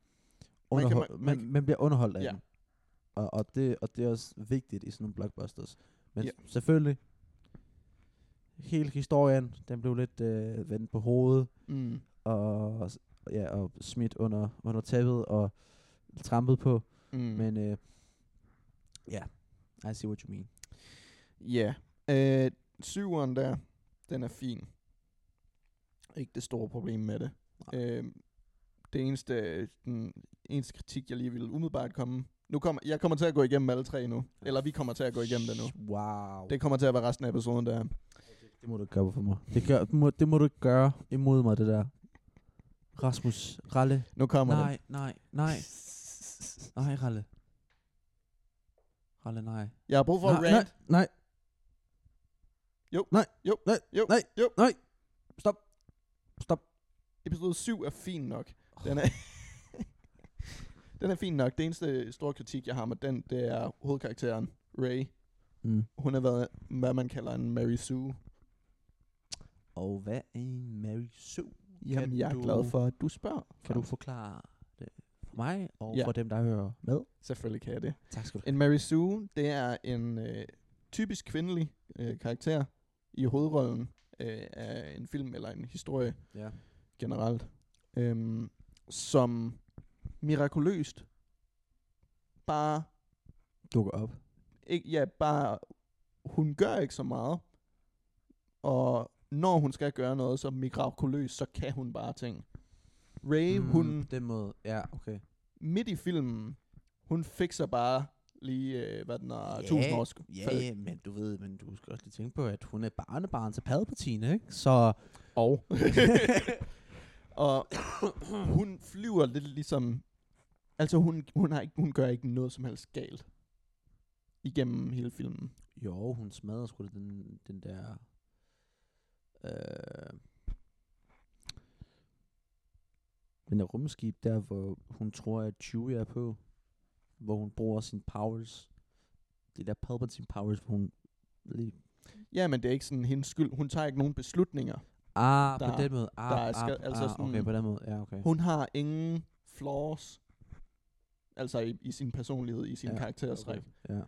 kan- underhold, man, man- man, man- man bliver underholdt af Ja. den. Og, og, det, og det er også vigtigt i sådan nogle blockbusters. Men Ja. ja. selvfølgelig, hele historien, den blev lidt øh, vendt på hovedet, Mm. og, s- ja, og smidt under, under tæppet, og trampet på. Mm. Mm. Men øh, ja, I see what you mean. Ja. Øh, syveren der, den er fin. Ikke det store problem med det. Øh, det eneste, den eneste kritik, jeg lige ville umiddelbart komme... Nu kommer, jeg kommer til at gå igennem alle tre nu. Eller vi kommer til at gå igennem det nu. Wow. Det kommer til at være resten af episoden der. Det må du ikke gøre for mig. Det, gør, det, må, det må du ikke gøre imod mig, det der. Rasmus, Ralle. Nu kommer det. Nej, nej, nej. Nej, Ralle. Ralle, nej. Jeg har brug for nej, at nej, rant. nej. Jo, Nej, jo, nej, jo, nej, jo. nej. Stop. Stop. Episode 7 er fin nok. Den er, den er fin nok. Det eneste store kritik, jeg har med den, det er hovedkarakteren, Ray. Mm. Hun har været, hvad man kalder en Mary Sue. Og hvad er en Mary Sue? Jamen, jeg er du- glad for, at du spørger. Kan du forklare det for mig og Ja. for dem, der hører med? Selvfølgelig kan jeg det. Tak skal du En Mary Sue, det er en øh, typisk kvindelig øh, karakter i hovedrollen øh, af en film eller en historie Ja. generelt, øhm, som mirakuløst bare Dukker op. ikke, ja, bare, hun gør ikke så meget. Og når hun skal gøre noget så mirakuløst, så kan hun bare ting. Ray, mm. hun Den måde. Ja, okay. midt i filmen, hun fikser bare lige, øh, hvad den er, Ja, 1000 års Ja, ja, men du ved, men du skal også lige tænke på, at hun er barnebarn til paddepartierne, ikke? Så... Og. og hun flyver lidt ligesom... Altså, hun, hun, har ikke, hun gør ikke noget som helst galt igennem hele filmen. Jo, hun smadrer sgu da den, den der... Øh, den der rumskib der, hvor hun tror, at Chewie er på. Hvor hun bruger sine powers. Det der Palpatine powers, hvor hun... Lige, Ja, men det er ikke sådan hendes skyld. Hun tager ikke nogen beslutninger. ah, Der- på den måde. Ah, der er skal- ah, altså ah, sådan- okay, på den måde. Ja, okay. Hun har ingen flaws. Altså i, i sin personlighed, i sin ja, Ja, karakterstræk. Ja.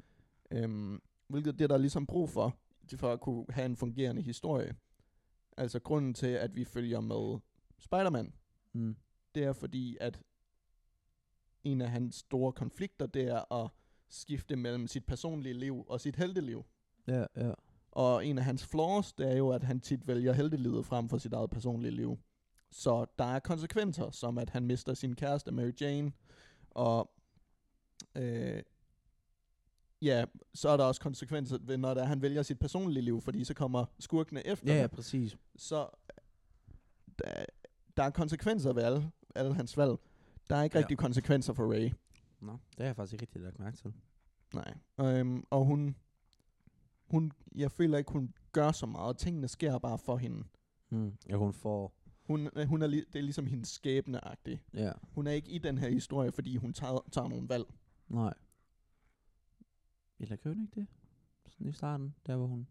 Øhm, Hvilket er det, der er ligesom brug for, til for at kunne have en fungerende historie. Altså grunden til, at vi følger med Spider-Man, Mm. det er fordi, at en af hans store konflikter, det er at skifte mellem sit personlige liv og sit helteliv. Ja, ja. Og en af hans flaws, det er jo, at han tit vælger heltelivet frem for sit eget personlige liv. Så der er konsekvenser, som at han mister sin kæreste Mary Jane, og øh, ja, så er der også konsekvenser, ved, når det er, han vælger sit personlige liv, fordi så kommer skurkene efter Ja, ham ja, præcis. så der, der er konsekvenser ved alle, alle hans valg. Der er ikke Ja. ja. rigtig konsekvenser for Ray. Nå, det har jeg faktisk ikke rigtig lagt mærke til. Nej. Øhm, og hun, hun, jeg føler ikke, hun gør så meget. Tingene sker bare for hende. Mm. Ja, hun får... Hun, øh, hun er, li- det er ligesom hendes skæbne -agtig. Ja, Hun er ikke i den her historie, fordi hun tager, tager nogle valg. nej. Eller købte ikke det? Sådan i starten, der hvor hun...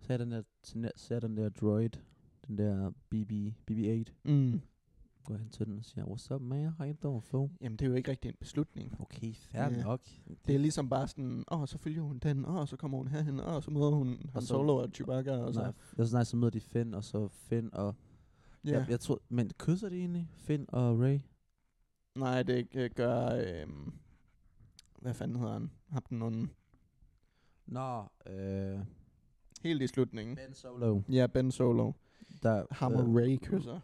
Sagde den der, sagde den der droid, den der BB, BB-8, Mm. går hen til den og siger, what's up, man? How you doing, fool? Jamen, det er jo ikke rigtig en beslutning. Okay, fair Ja. nok. Det er ligesom bare sådan, åh, oh, så følger hun den, åh, oh, så kommer hun herhen, åh, oh, så møder hun Han så- Solo og Chewbacca, og så... Nej, det er sådan, så møder de Finn, og så Finn og... Ja. Jeg, jeg tror, men kysser de egentlig? Finn og Ray? Nej, det øh, gør... Øh, hvad fanden hedder han? Ham den onde. Nå, øh... Helt i slutningen. Ben Solo. Ja, Ben Solo. Der, øh, Ham og Ray kysser.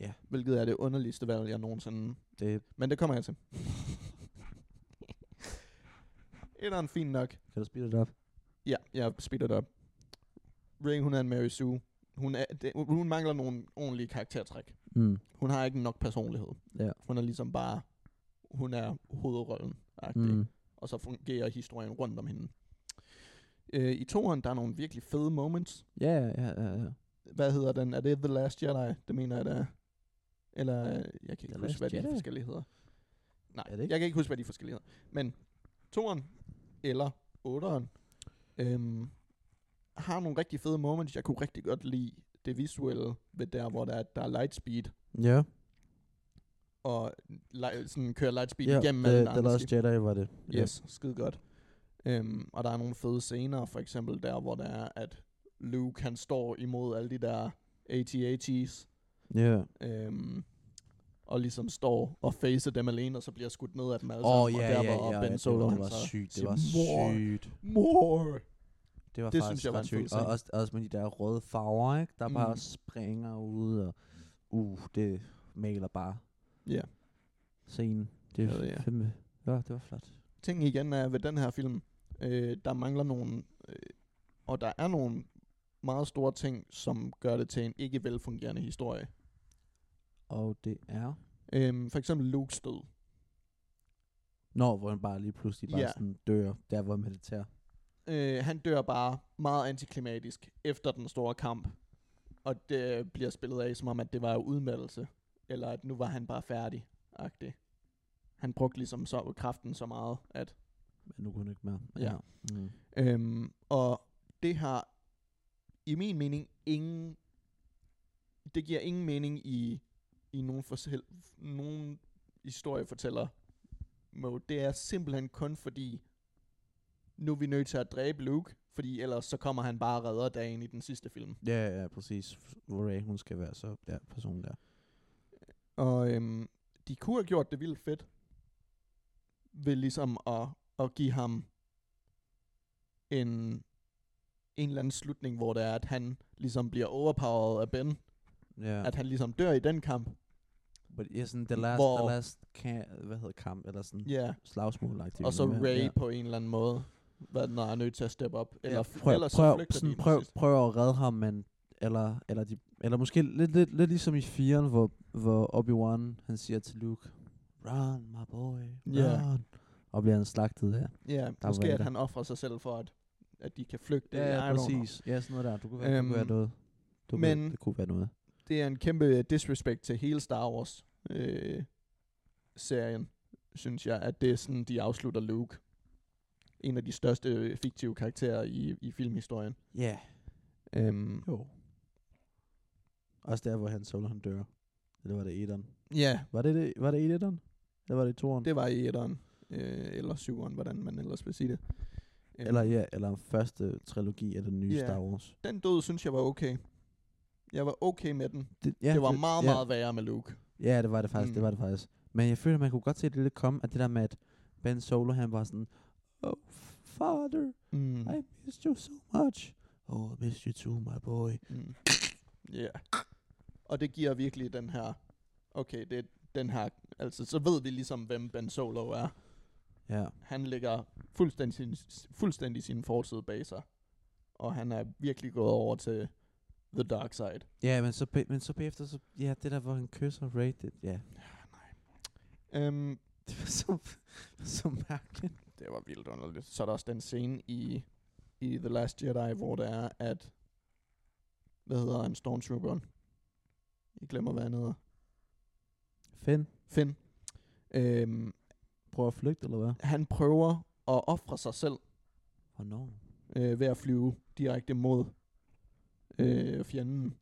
ja. Hvilket er det underligste valg, jeg nogensinde... Det Men det kommer jeg til. Etteren fint nok. kan du speede det op. Ja, jeg speeder det op. Ray, hun er en Mary Sue. Hun, er, det, hun mangler nogle ordentlige karaktertræk. Mm. Hun har ikke nok personlighed. Ja. Hun er ligesom bare... Hun er hovedrollen. Mm. Mm. og så fungerer historien rundt om hende. Øh, I toeren, der er nogle virkelig fede moments. Ja, ja, ja, ja, ja. Hvad hedder den? Er det The Last Jedi? Det mener jeg, det er. Eller, øh, jeg kan The ikke huske, Last hvad de Jedi? forskellige hedder. Nej, Er det ikke? jeg kan ikke huske, hvad de forskellige hedder. Men toeren eller otteren øhm, har nogle rigtig fede moments. Jeg kunne rigtig godt lide det visuelle ved der, hvor der er, der er lightspeed, Ja, og li- sådan kører lightspeed ja igennem alle the, de the andre Last Jedi var det. Ja. Yes, skide godt. Øhm, og der er nogle fede scener, for eksempel der, hvor der er, at Luke han står imod alle de der AT-ATs, Ja. øhm, og ligesom står og facer dem alene, og så bliver skudt ned af dem alle Åh, sammen, ja, og der ja, hvor ja, Ben ja, Solo det var, han det var så sygt, det siger, var "Mor, sygt. Mor! Det var Det faktisk synes jeg var ret en sygt. fed Og scene. også, også med de der røde farver, ikke? Der mm. bare Mm. springer ud, og uh, det maler bare Ja. scenen. Det Ja, er ja. ja. fandme... Ja, det var flot. Ting igen er, ved den her film, øh, der mangler nogle, øh, og der er nogle meget store ting, som gør det til en ikke velfungerende historie. Og det er... Øhm, for eksempel Luke's død. Når hvor han bare lige pludselig bare Ja. sådan dør, der hvor man mediterer. øh, han dør bare meget antiklimatisk efter den store kamp. Og det bliver spillet af, som om at det var udmeldelse. Eller at nu var han bare færdig. -agtig. Han brugte ligesom så kraften så meget, at... Men nu kunne han ikke mere. Ja. Mm. Øhm, og det har i min mening ingen... Det giver ingen mening i, i nogen, forsel, nogen historiefortæller mode. Det er simpelthen kun fordi, nu er vi nødt til at dræbe Luke, fordi ellers så kommer han bare og redder dagen i den sidste film. Ja, ja, præcis. Hvor Ray, hun skal være så der person der. Og øhm, de kunne have gjort det vildt fedt, ved ligesom at, at give ham en, en eller anden slutning, hvor det er, at han ligesom bliver overpowered af Ben. Ja. Ja. At han ligesom dør i den kamp. But, ja, sådan the last, Hvor- the last kan, hvad hedder kamp, eller sådan Ja. slagsmål aktivt. Og så Ray ja. på en eller anden måde, hvad, når han er nødt til at steppe op. Eller, ja, prøv, ellers så prøv, flygter de i sådan, den prøv, sidste. prøv at redde ham, men, eller, eller, de, eller måske lidt, lidt, lidt ligesom i firen, hvor, hvor Obi-Wan, han siger til Luke, run, my boy, run. Ja. Og bliver han slagtet her. Ja, var måske en at der. han offrer sig selv for, at, at de kan flygte. I ja, don't know. præcis. Ja, sådan noget der. Du kunne være, øhm, Øhm, kunne være noget. Du men- kunne, det kunne være noget. det er en kæmpe øh, disrespect til hele Star Wars øh, serien, synes jeg, at det er sådan, de afslutter Luke. En af de største øh, fiktive karakterer i, i filmhistorien. Ja, Øhm, jo. Også der, hvor han solo, han dør. Eller var det etteren? ja, Var det, det, var det i etteren? Eller var det i toeren? det var i etteren, øh, eller syveren, hvordan man ellers vil sige det. end- Eller ja, eller første trilogi af den nye Ja. Star Wars. Den død synes jeg var okay. Jeg var okay med den. Det, ja, det var meget, ja, meget værre med Luke. Ja, det var det faktisk, mm. Mm. det var det faktisk. Men jeg føler, man kunne godt se det lidt komme, at det der med, at Ben Solo, han var sådan, Oh, father, Mm. I missed you so much. Oh, I missed you too, my boy. Mm. Ja. Og det giver virkelig den her... Okay, det er den her... Altså, så ved vi ligesom, hvem Ben Solo er. Ja, Han lægger fuldstændig sin, fuldstændig sin fortid bag sig. Og han er virkelig gået over til The Dark Side. ja men, så, ba- men så bagefter, så, ja, det der, hvor han kysser Ray, det, ja. Um, Det var så, så mærkeligt. det var vildt underligt. Så er der også den scene i, i The Last Jedi, hvor det er, at... Hvad hedder han? Stormtrooperen. Jeg glemmer, hvad han hedder. Finn, Finn. Øhm, prøver at flygte, eller hvad? han prøver at ofre sig selv Hvornår? øh, ved at flyve direkte mod øh, fjenden.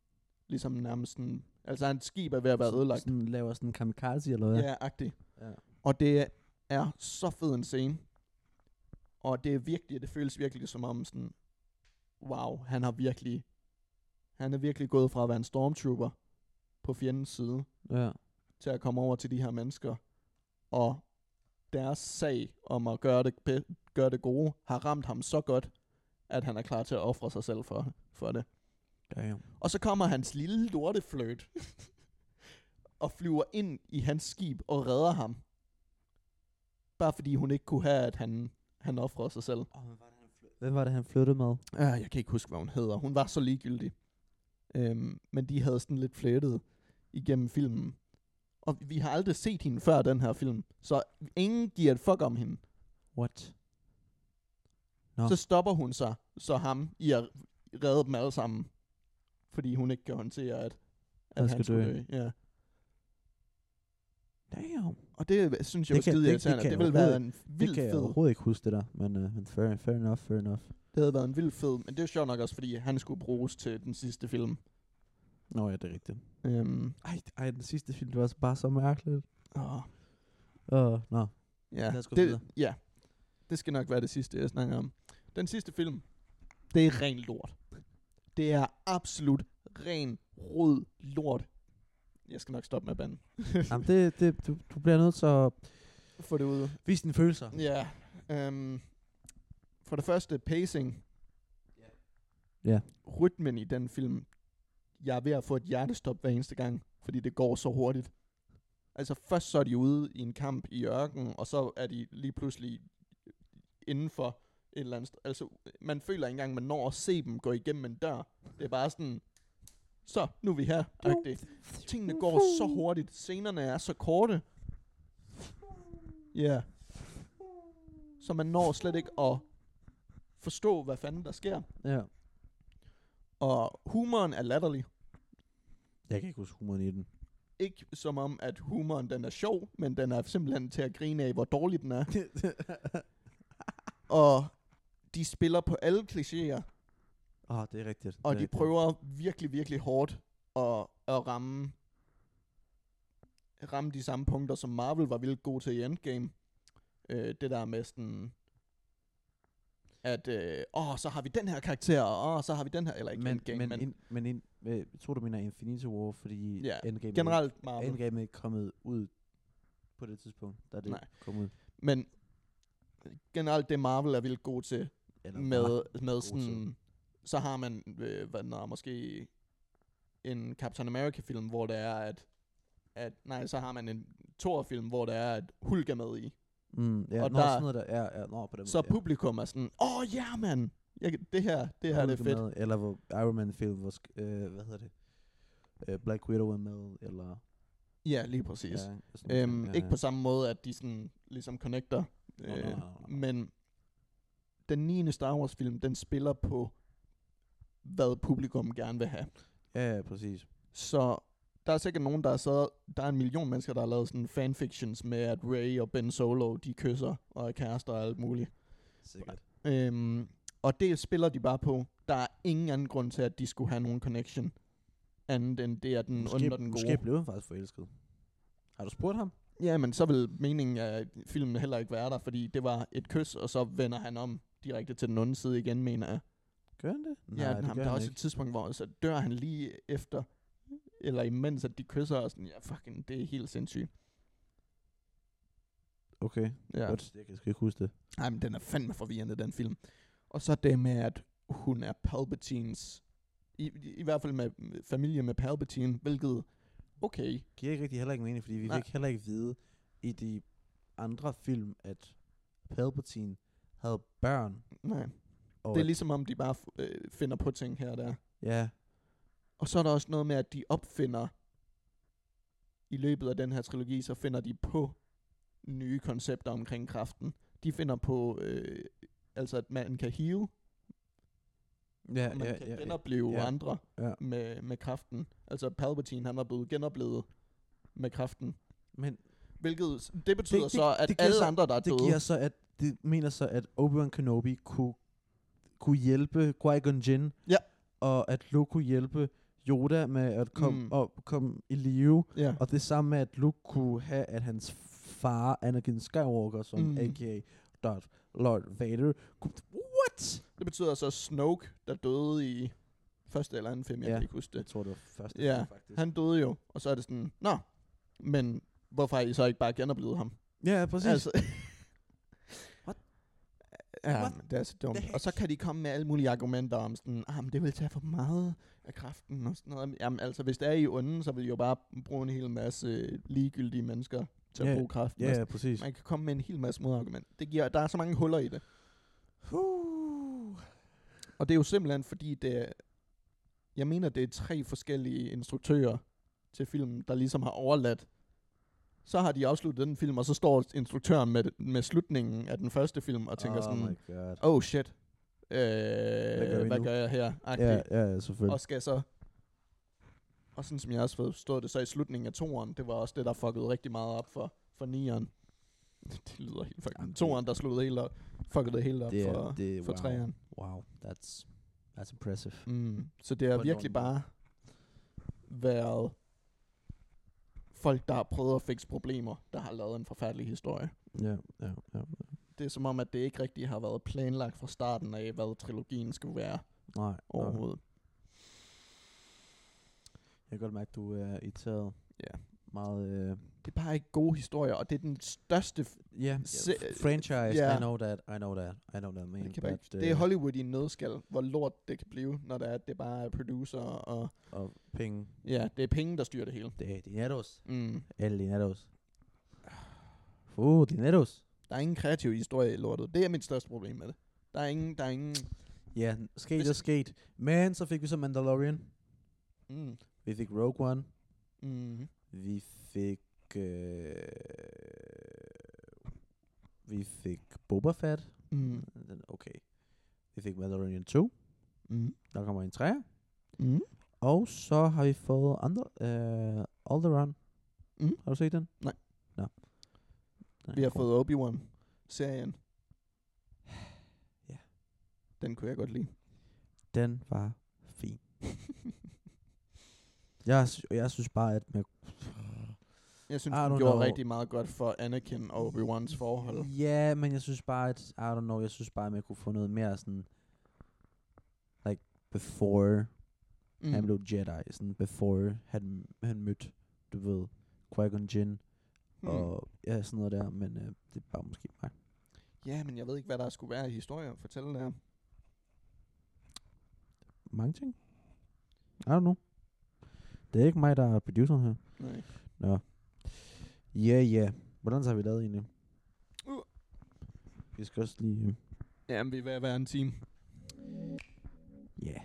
Ligesom nærmest sådan, altså hans skib er ved at være ødelagt. Sådan, laver sådan en kamikaze, eller hvad? Ja, agtig. ja. Og det er så fed en scene. Og det er virkelig, det føles virkelig som om sådan, wow, han har virkelig, han er virkelig gået fra at være en stormtrooper på fjendens side, ja. til at komme over til de her mennesker, og deres sag om at gøre det, be- gøre det gode, har ramt ham så godt, at han er klar til at ofre sig selv for, for det. Damn. Og så kommer hans lille lorte fløjt og flyver ind i hans skib og redder ham. Bare fordi hun ikke kunne have, at han, han offrede sig selv. Oh, hvem, var det, han flyttede? hvem var det, han flyttede med? Ah, jeg kan ikke huske, hvad hun hedder. Hun var så ligegyldig. Øhm, men de havde sådan lidt flettet igennem filmen. Og vi har aldrig set hende før den her film, så ingen giver et fuck om hende. What? Nå. Oh. Så stopper hun sig, så ham i at redde dem alle sammen. Fordi hun ikke kan håndtere, at, Han at skal han skulle dø. dø. Ja. Damn. Og det synes jeg Det var kan- skide det- det irriterende. kan Det, jeg det ville være en vild det kan jeg fed. overhovedet ikke huske det der, men, uh, men fair, fair enough, fair enough. Det havde været en vild fed, men det er sjovt nok også, fordi han skulle bruges til den sidste film. Nå ja, det er rigtigt. Øhm, Ej, ej den sidste film, det var bare så mærkeligt. åh, Åh, uh, nå. Ja, Lad os gå videre. det, ja, det skal nok være det sidste, jeg snakker om. Den sidste film, det er ren lort. Det er absolut ren, rød lort. Jeg skal nok stoppe med banden. Jamen, det, det, du, du bliver nødt til at Få det ud. vise dine følelser. Ja. Øhm, for det første, pacing. Ja. Rytmen i den film. Jeg er ved at få et hjertestop hver eneste gang, fordi det går så hurtigt. Altså først så er de ude i en kamp i ørken, og så er de lige pludselig inden for et eller andet sted. Altså man føler ikke engang, man når at se dem gå igennem en dør. Det er bare sådan, så nu er vi her. Agtigt. Tingene går så hurtigt. Scenerne er så korte. Ja. Yeah. Så man når slet ikke at forstå, hvad fanden der sker. Ja. Og humoren er latterlig. Jeg kan ikke huske humoren i den. Ikke som om, at humoren den er sjov, men den er simpelthen til at grine af, hvor dårlig den er. Og de spiller på alle klichéer, Åh, oh, det er rigtigt. det er og de rigtigt. prøver virkelig, virkelig hårdt at, at ramme, ramme de samme punkter, som Marvel var vildt god til i Endgame. Øh, det der med sådan, at øh, åh, så har vi den her karakter, og åh, så har vi den her, eller ikke men, Endgame, men, men, ind, men ind, øh, jeg tror, du mener Infinity War, fordi Ja, Endgame, er- generelt Marvel. Endgame er ikke kommet ud på det tidspunkt, da det Nej. kom ud. Men generelt det Marvel er vildt god til Eller var. med, med til. sådan, så har man øh, hvad når, måske en Captain America film, hvor det er at, at nej, så har man en Thor film, hvor det er at Hulk er med i. Mm, ja, Og nå, der- sådan noget der. Ja, ja, nå, på den Så måde, ja. publikum er sådan, åh oh, ja yeah, mand, jeg, kan- det her, det her Hulk det er fedt. Med, eller hvor Iron Man film, hvor, sk- øh, hvad hedder det, øh, Black Widow er med, eller... Ja, lige præcis. Ja, sådan Ja, nogle øhm, ting. ja, Ikke ja. på samme måde, at de sådan ligesom connecter. øh, Nå, nej, nej, nej, nej. Men den 9. Star Wars film, den spiller på, hvad publikum gerne vil have. Ja, ja, præcis. Så der er sikkert nogen, der har sad, der er en million mennesker, der har lavet sådan fanfictions med, at Ray og Ben Solo, de kysser og er kærester og alt muligt. Sikkert. Øhm, og det spiller de bare på. Der er ingen anden grund til, at de skulle have nogen connection, andet end det er den Måske, onde og den gode. måske blev han faktisk forelsket. Har du spurgt ham? Ja, men så vil meningen af filmen heller ikke være der, fordi det var et kys, og så vender han om direkte til den onde side igen, mener jeg. Gør han det? Nej, Nej, ja, det den, ham, gør der er han også ikke. et tidspunkt, hvor så dør han lige efter, eller imens, at de kysser, og sådan, ja, fucking, det er helt sindssygt. Okay, ja. Ja. godt. Jeg kan sgu ikke huske det. Ej, men den er fandme forvirrende, den film. Og så det med, at hun er Palpatines, i, i, i hvert fald med med familie med Palpatine, hvilket, okay, Giver ikke rigtig heller ikke mening, fordi vi Nej. fik heller ikke vide i de andre film, at Palpatine havde børn. nej. Og Det er at- ligesom om, de bare øh, finder på ting her og der. Ja, Og så er der også noget med, at de opfinder, i løbet af den her trilogi, så finder de på nye koncepter omkring kraften. De finder på, øh, altså at man kan heal, ja, og man ja, kan ja, ja. genopleve ja. andre Ja. Med, med kraften. Altså Palpatine, han var blevet genoplevet med kraften. Men Hvilket, s- det betyder det, det- det, så, at det det giver alle så- andre, der er det døde, giver så, at det mener så, at Obi-Wan Kenobi kunne, kunne hjælpe Qui-Gon Jinn, Ja. og at Luke kunne hjælpe Yoda med at komme Mm. mm. op, komme i live, ja. og det samme med, at Luke kunne have, at hans far, Anakin Skywalker, som Mm. mm. a.k.a. Darth Lord Vader, kunne, what? det betyder så Snoke, der døde i første eller anden film, jeg Ja. kan ikke huske det. Jeg tror, det var første Ja, film, faktisk. Han døde jo, og så er det sådan, nå, men hvorfor har I så ikke bare genoplevet ham? ja, ja, præcis. Altså, What? Ja, What men det er så dumt. the Og så kan de komme med alle mulige argumenter om sådan, ah, men det vil tage for meget af kraften og sådan noget. Jamen altså, hvis det er i ånden, så vil I jo bare bruge en hel masse øh, ligegyldige mennesker til Ja, at bruge kraften. og ja, sådan. ja, præcis. altså, Man kan komme med en hel masse modargument. Det giver, der er så mange huller i det. Uh. Og det er jo simpelthen fordi, det er, jeg mener, det er tre forskellige instruktører til filmen, der ligesom har overladt. Så har de afsluttet den film, og så står instruktøren med, med slutningen af den første film og tænker oh my sådan, god. oh shit, øh, gør hvad, vi hvad nu?" gør jeg her? Ja, Ja. ja, ja, selvfølgelig. Og skal så... Og sådan som jeg også forstod det, så i slutningen af toeren, det var også det, der fuckede rigtig meget op for, for nieren. Det lyder Jamen, helt det- fucking... Toeren, der sluttede helt op, fuckede det helt op det er, for, det, er- for wow. treeren. Wow, that's, that's impressive. Mm. Så det har På en virkelig ordentlig bare været folk, der har prøvet at fikse problemer, der har lavet en forfærdelig historie. Ja, ja, ja. Det er som om, at det ikke rigtig har været planlagt fra starten af, hvad trilogien skulle være Nej, nej. overhovedet. Jeg kan godt mærke, at du er irriteret. Ja. Meget, øh, Det er bare ikke gode historier, og det er den største... F- ja, Se- f- franchise, ja. I know that, I know that, I know that, man. det, kan bare but, ikke, det er øh, Hollywood i en nødskal, hvor lort det kan blive, når det er, at det bare er producer, og Og penge. ja, det er penge, der styrer det hele. Det er dineros. Mm. El dineros. Uh, dineros. Der er ingen kreativ historie i lortet. Det er mit største problem med det. Der er ingen... Der er ingen Ja, skete Hvis- og skete. Men så fik vi så Mandalorian. mm, Vi fik Rogue One. mm, Vi fik... Øh, vi fik Boba Fett. mm, Den er okay. Vi fik Mandalorian 2. mm, Der kommer en 3. mm. Og så har vi fået andre, øh, Alderaan. Mm. Har du set den? Nej. Nå. Den Vi er har god. fået Obi-Wan-serien. Ja. Den kunne jeg godt lide. Den var fin. jeg, sy- jeg synes bare, at med Jeg synes, I den don't gjorde know. Mm. rigtig meget godt for Anakin og Obi-Wans forhold. Ja, men jeg synes bare, at, I don't know, jeg synes bare, at man kunne få noget mere sådan, like, before mm. han blev Jedi, sådan before han, han mødte, du ved, Qui-Gon Jinn, mm. og ja, sådan noget der, men øh, det er bare måske mig. Ja, men jeg ved ikke, hvad der skulle være i historien at fortælle der. Mange ting. I don't know. Det er ikke mig, der er produceren her. Nej. Nå. Ja, ja. Hvordan så har vi lavet egentlig? Uh. Vi skal også lige... øh, Jamen, vi er ved at være en time. Ja. Yeah.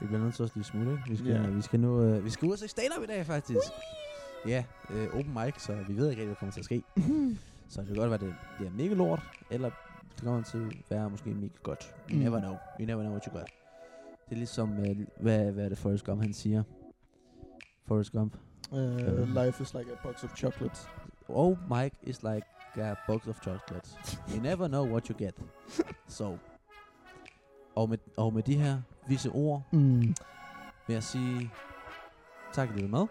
Vi bliver nødt til også lige smutte, ikke? Vi skal, Ja. vi skal nu... Øh, vi skal ud og se stand-up i dag, faktisk. Ja, øh, open mic, så vi ved ikke rigtig, hvad der kommer til at ske. så det kan godt være, det bliver mega lort, eller det kommer til at være måske mega godt. You Mm. never know. You never know what you got. Det er ligesom, øh, hvad, hvad er det Forrest Gump, han siger? Forrest Gump. Uh, Ja. life is like a box of chocolates. Oh, Mike is like a box of chocolates. You never know what you get. So. Og med, og med de her visse ord, Mm. vil jeg sige tak, fordi du med.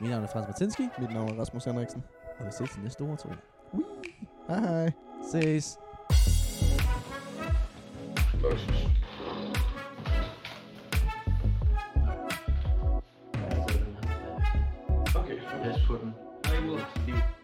Mit navn er Frans Martinski, Mit navn er Rasmus Henriksen. og vi ses til næste uge, tror jeg. Hej hej. Ses! Okay. Pas på den. I will.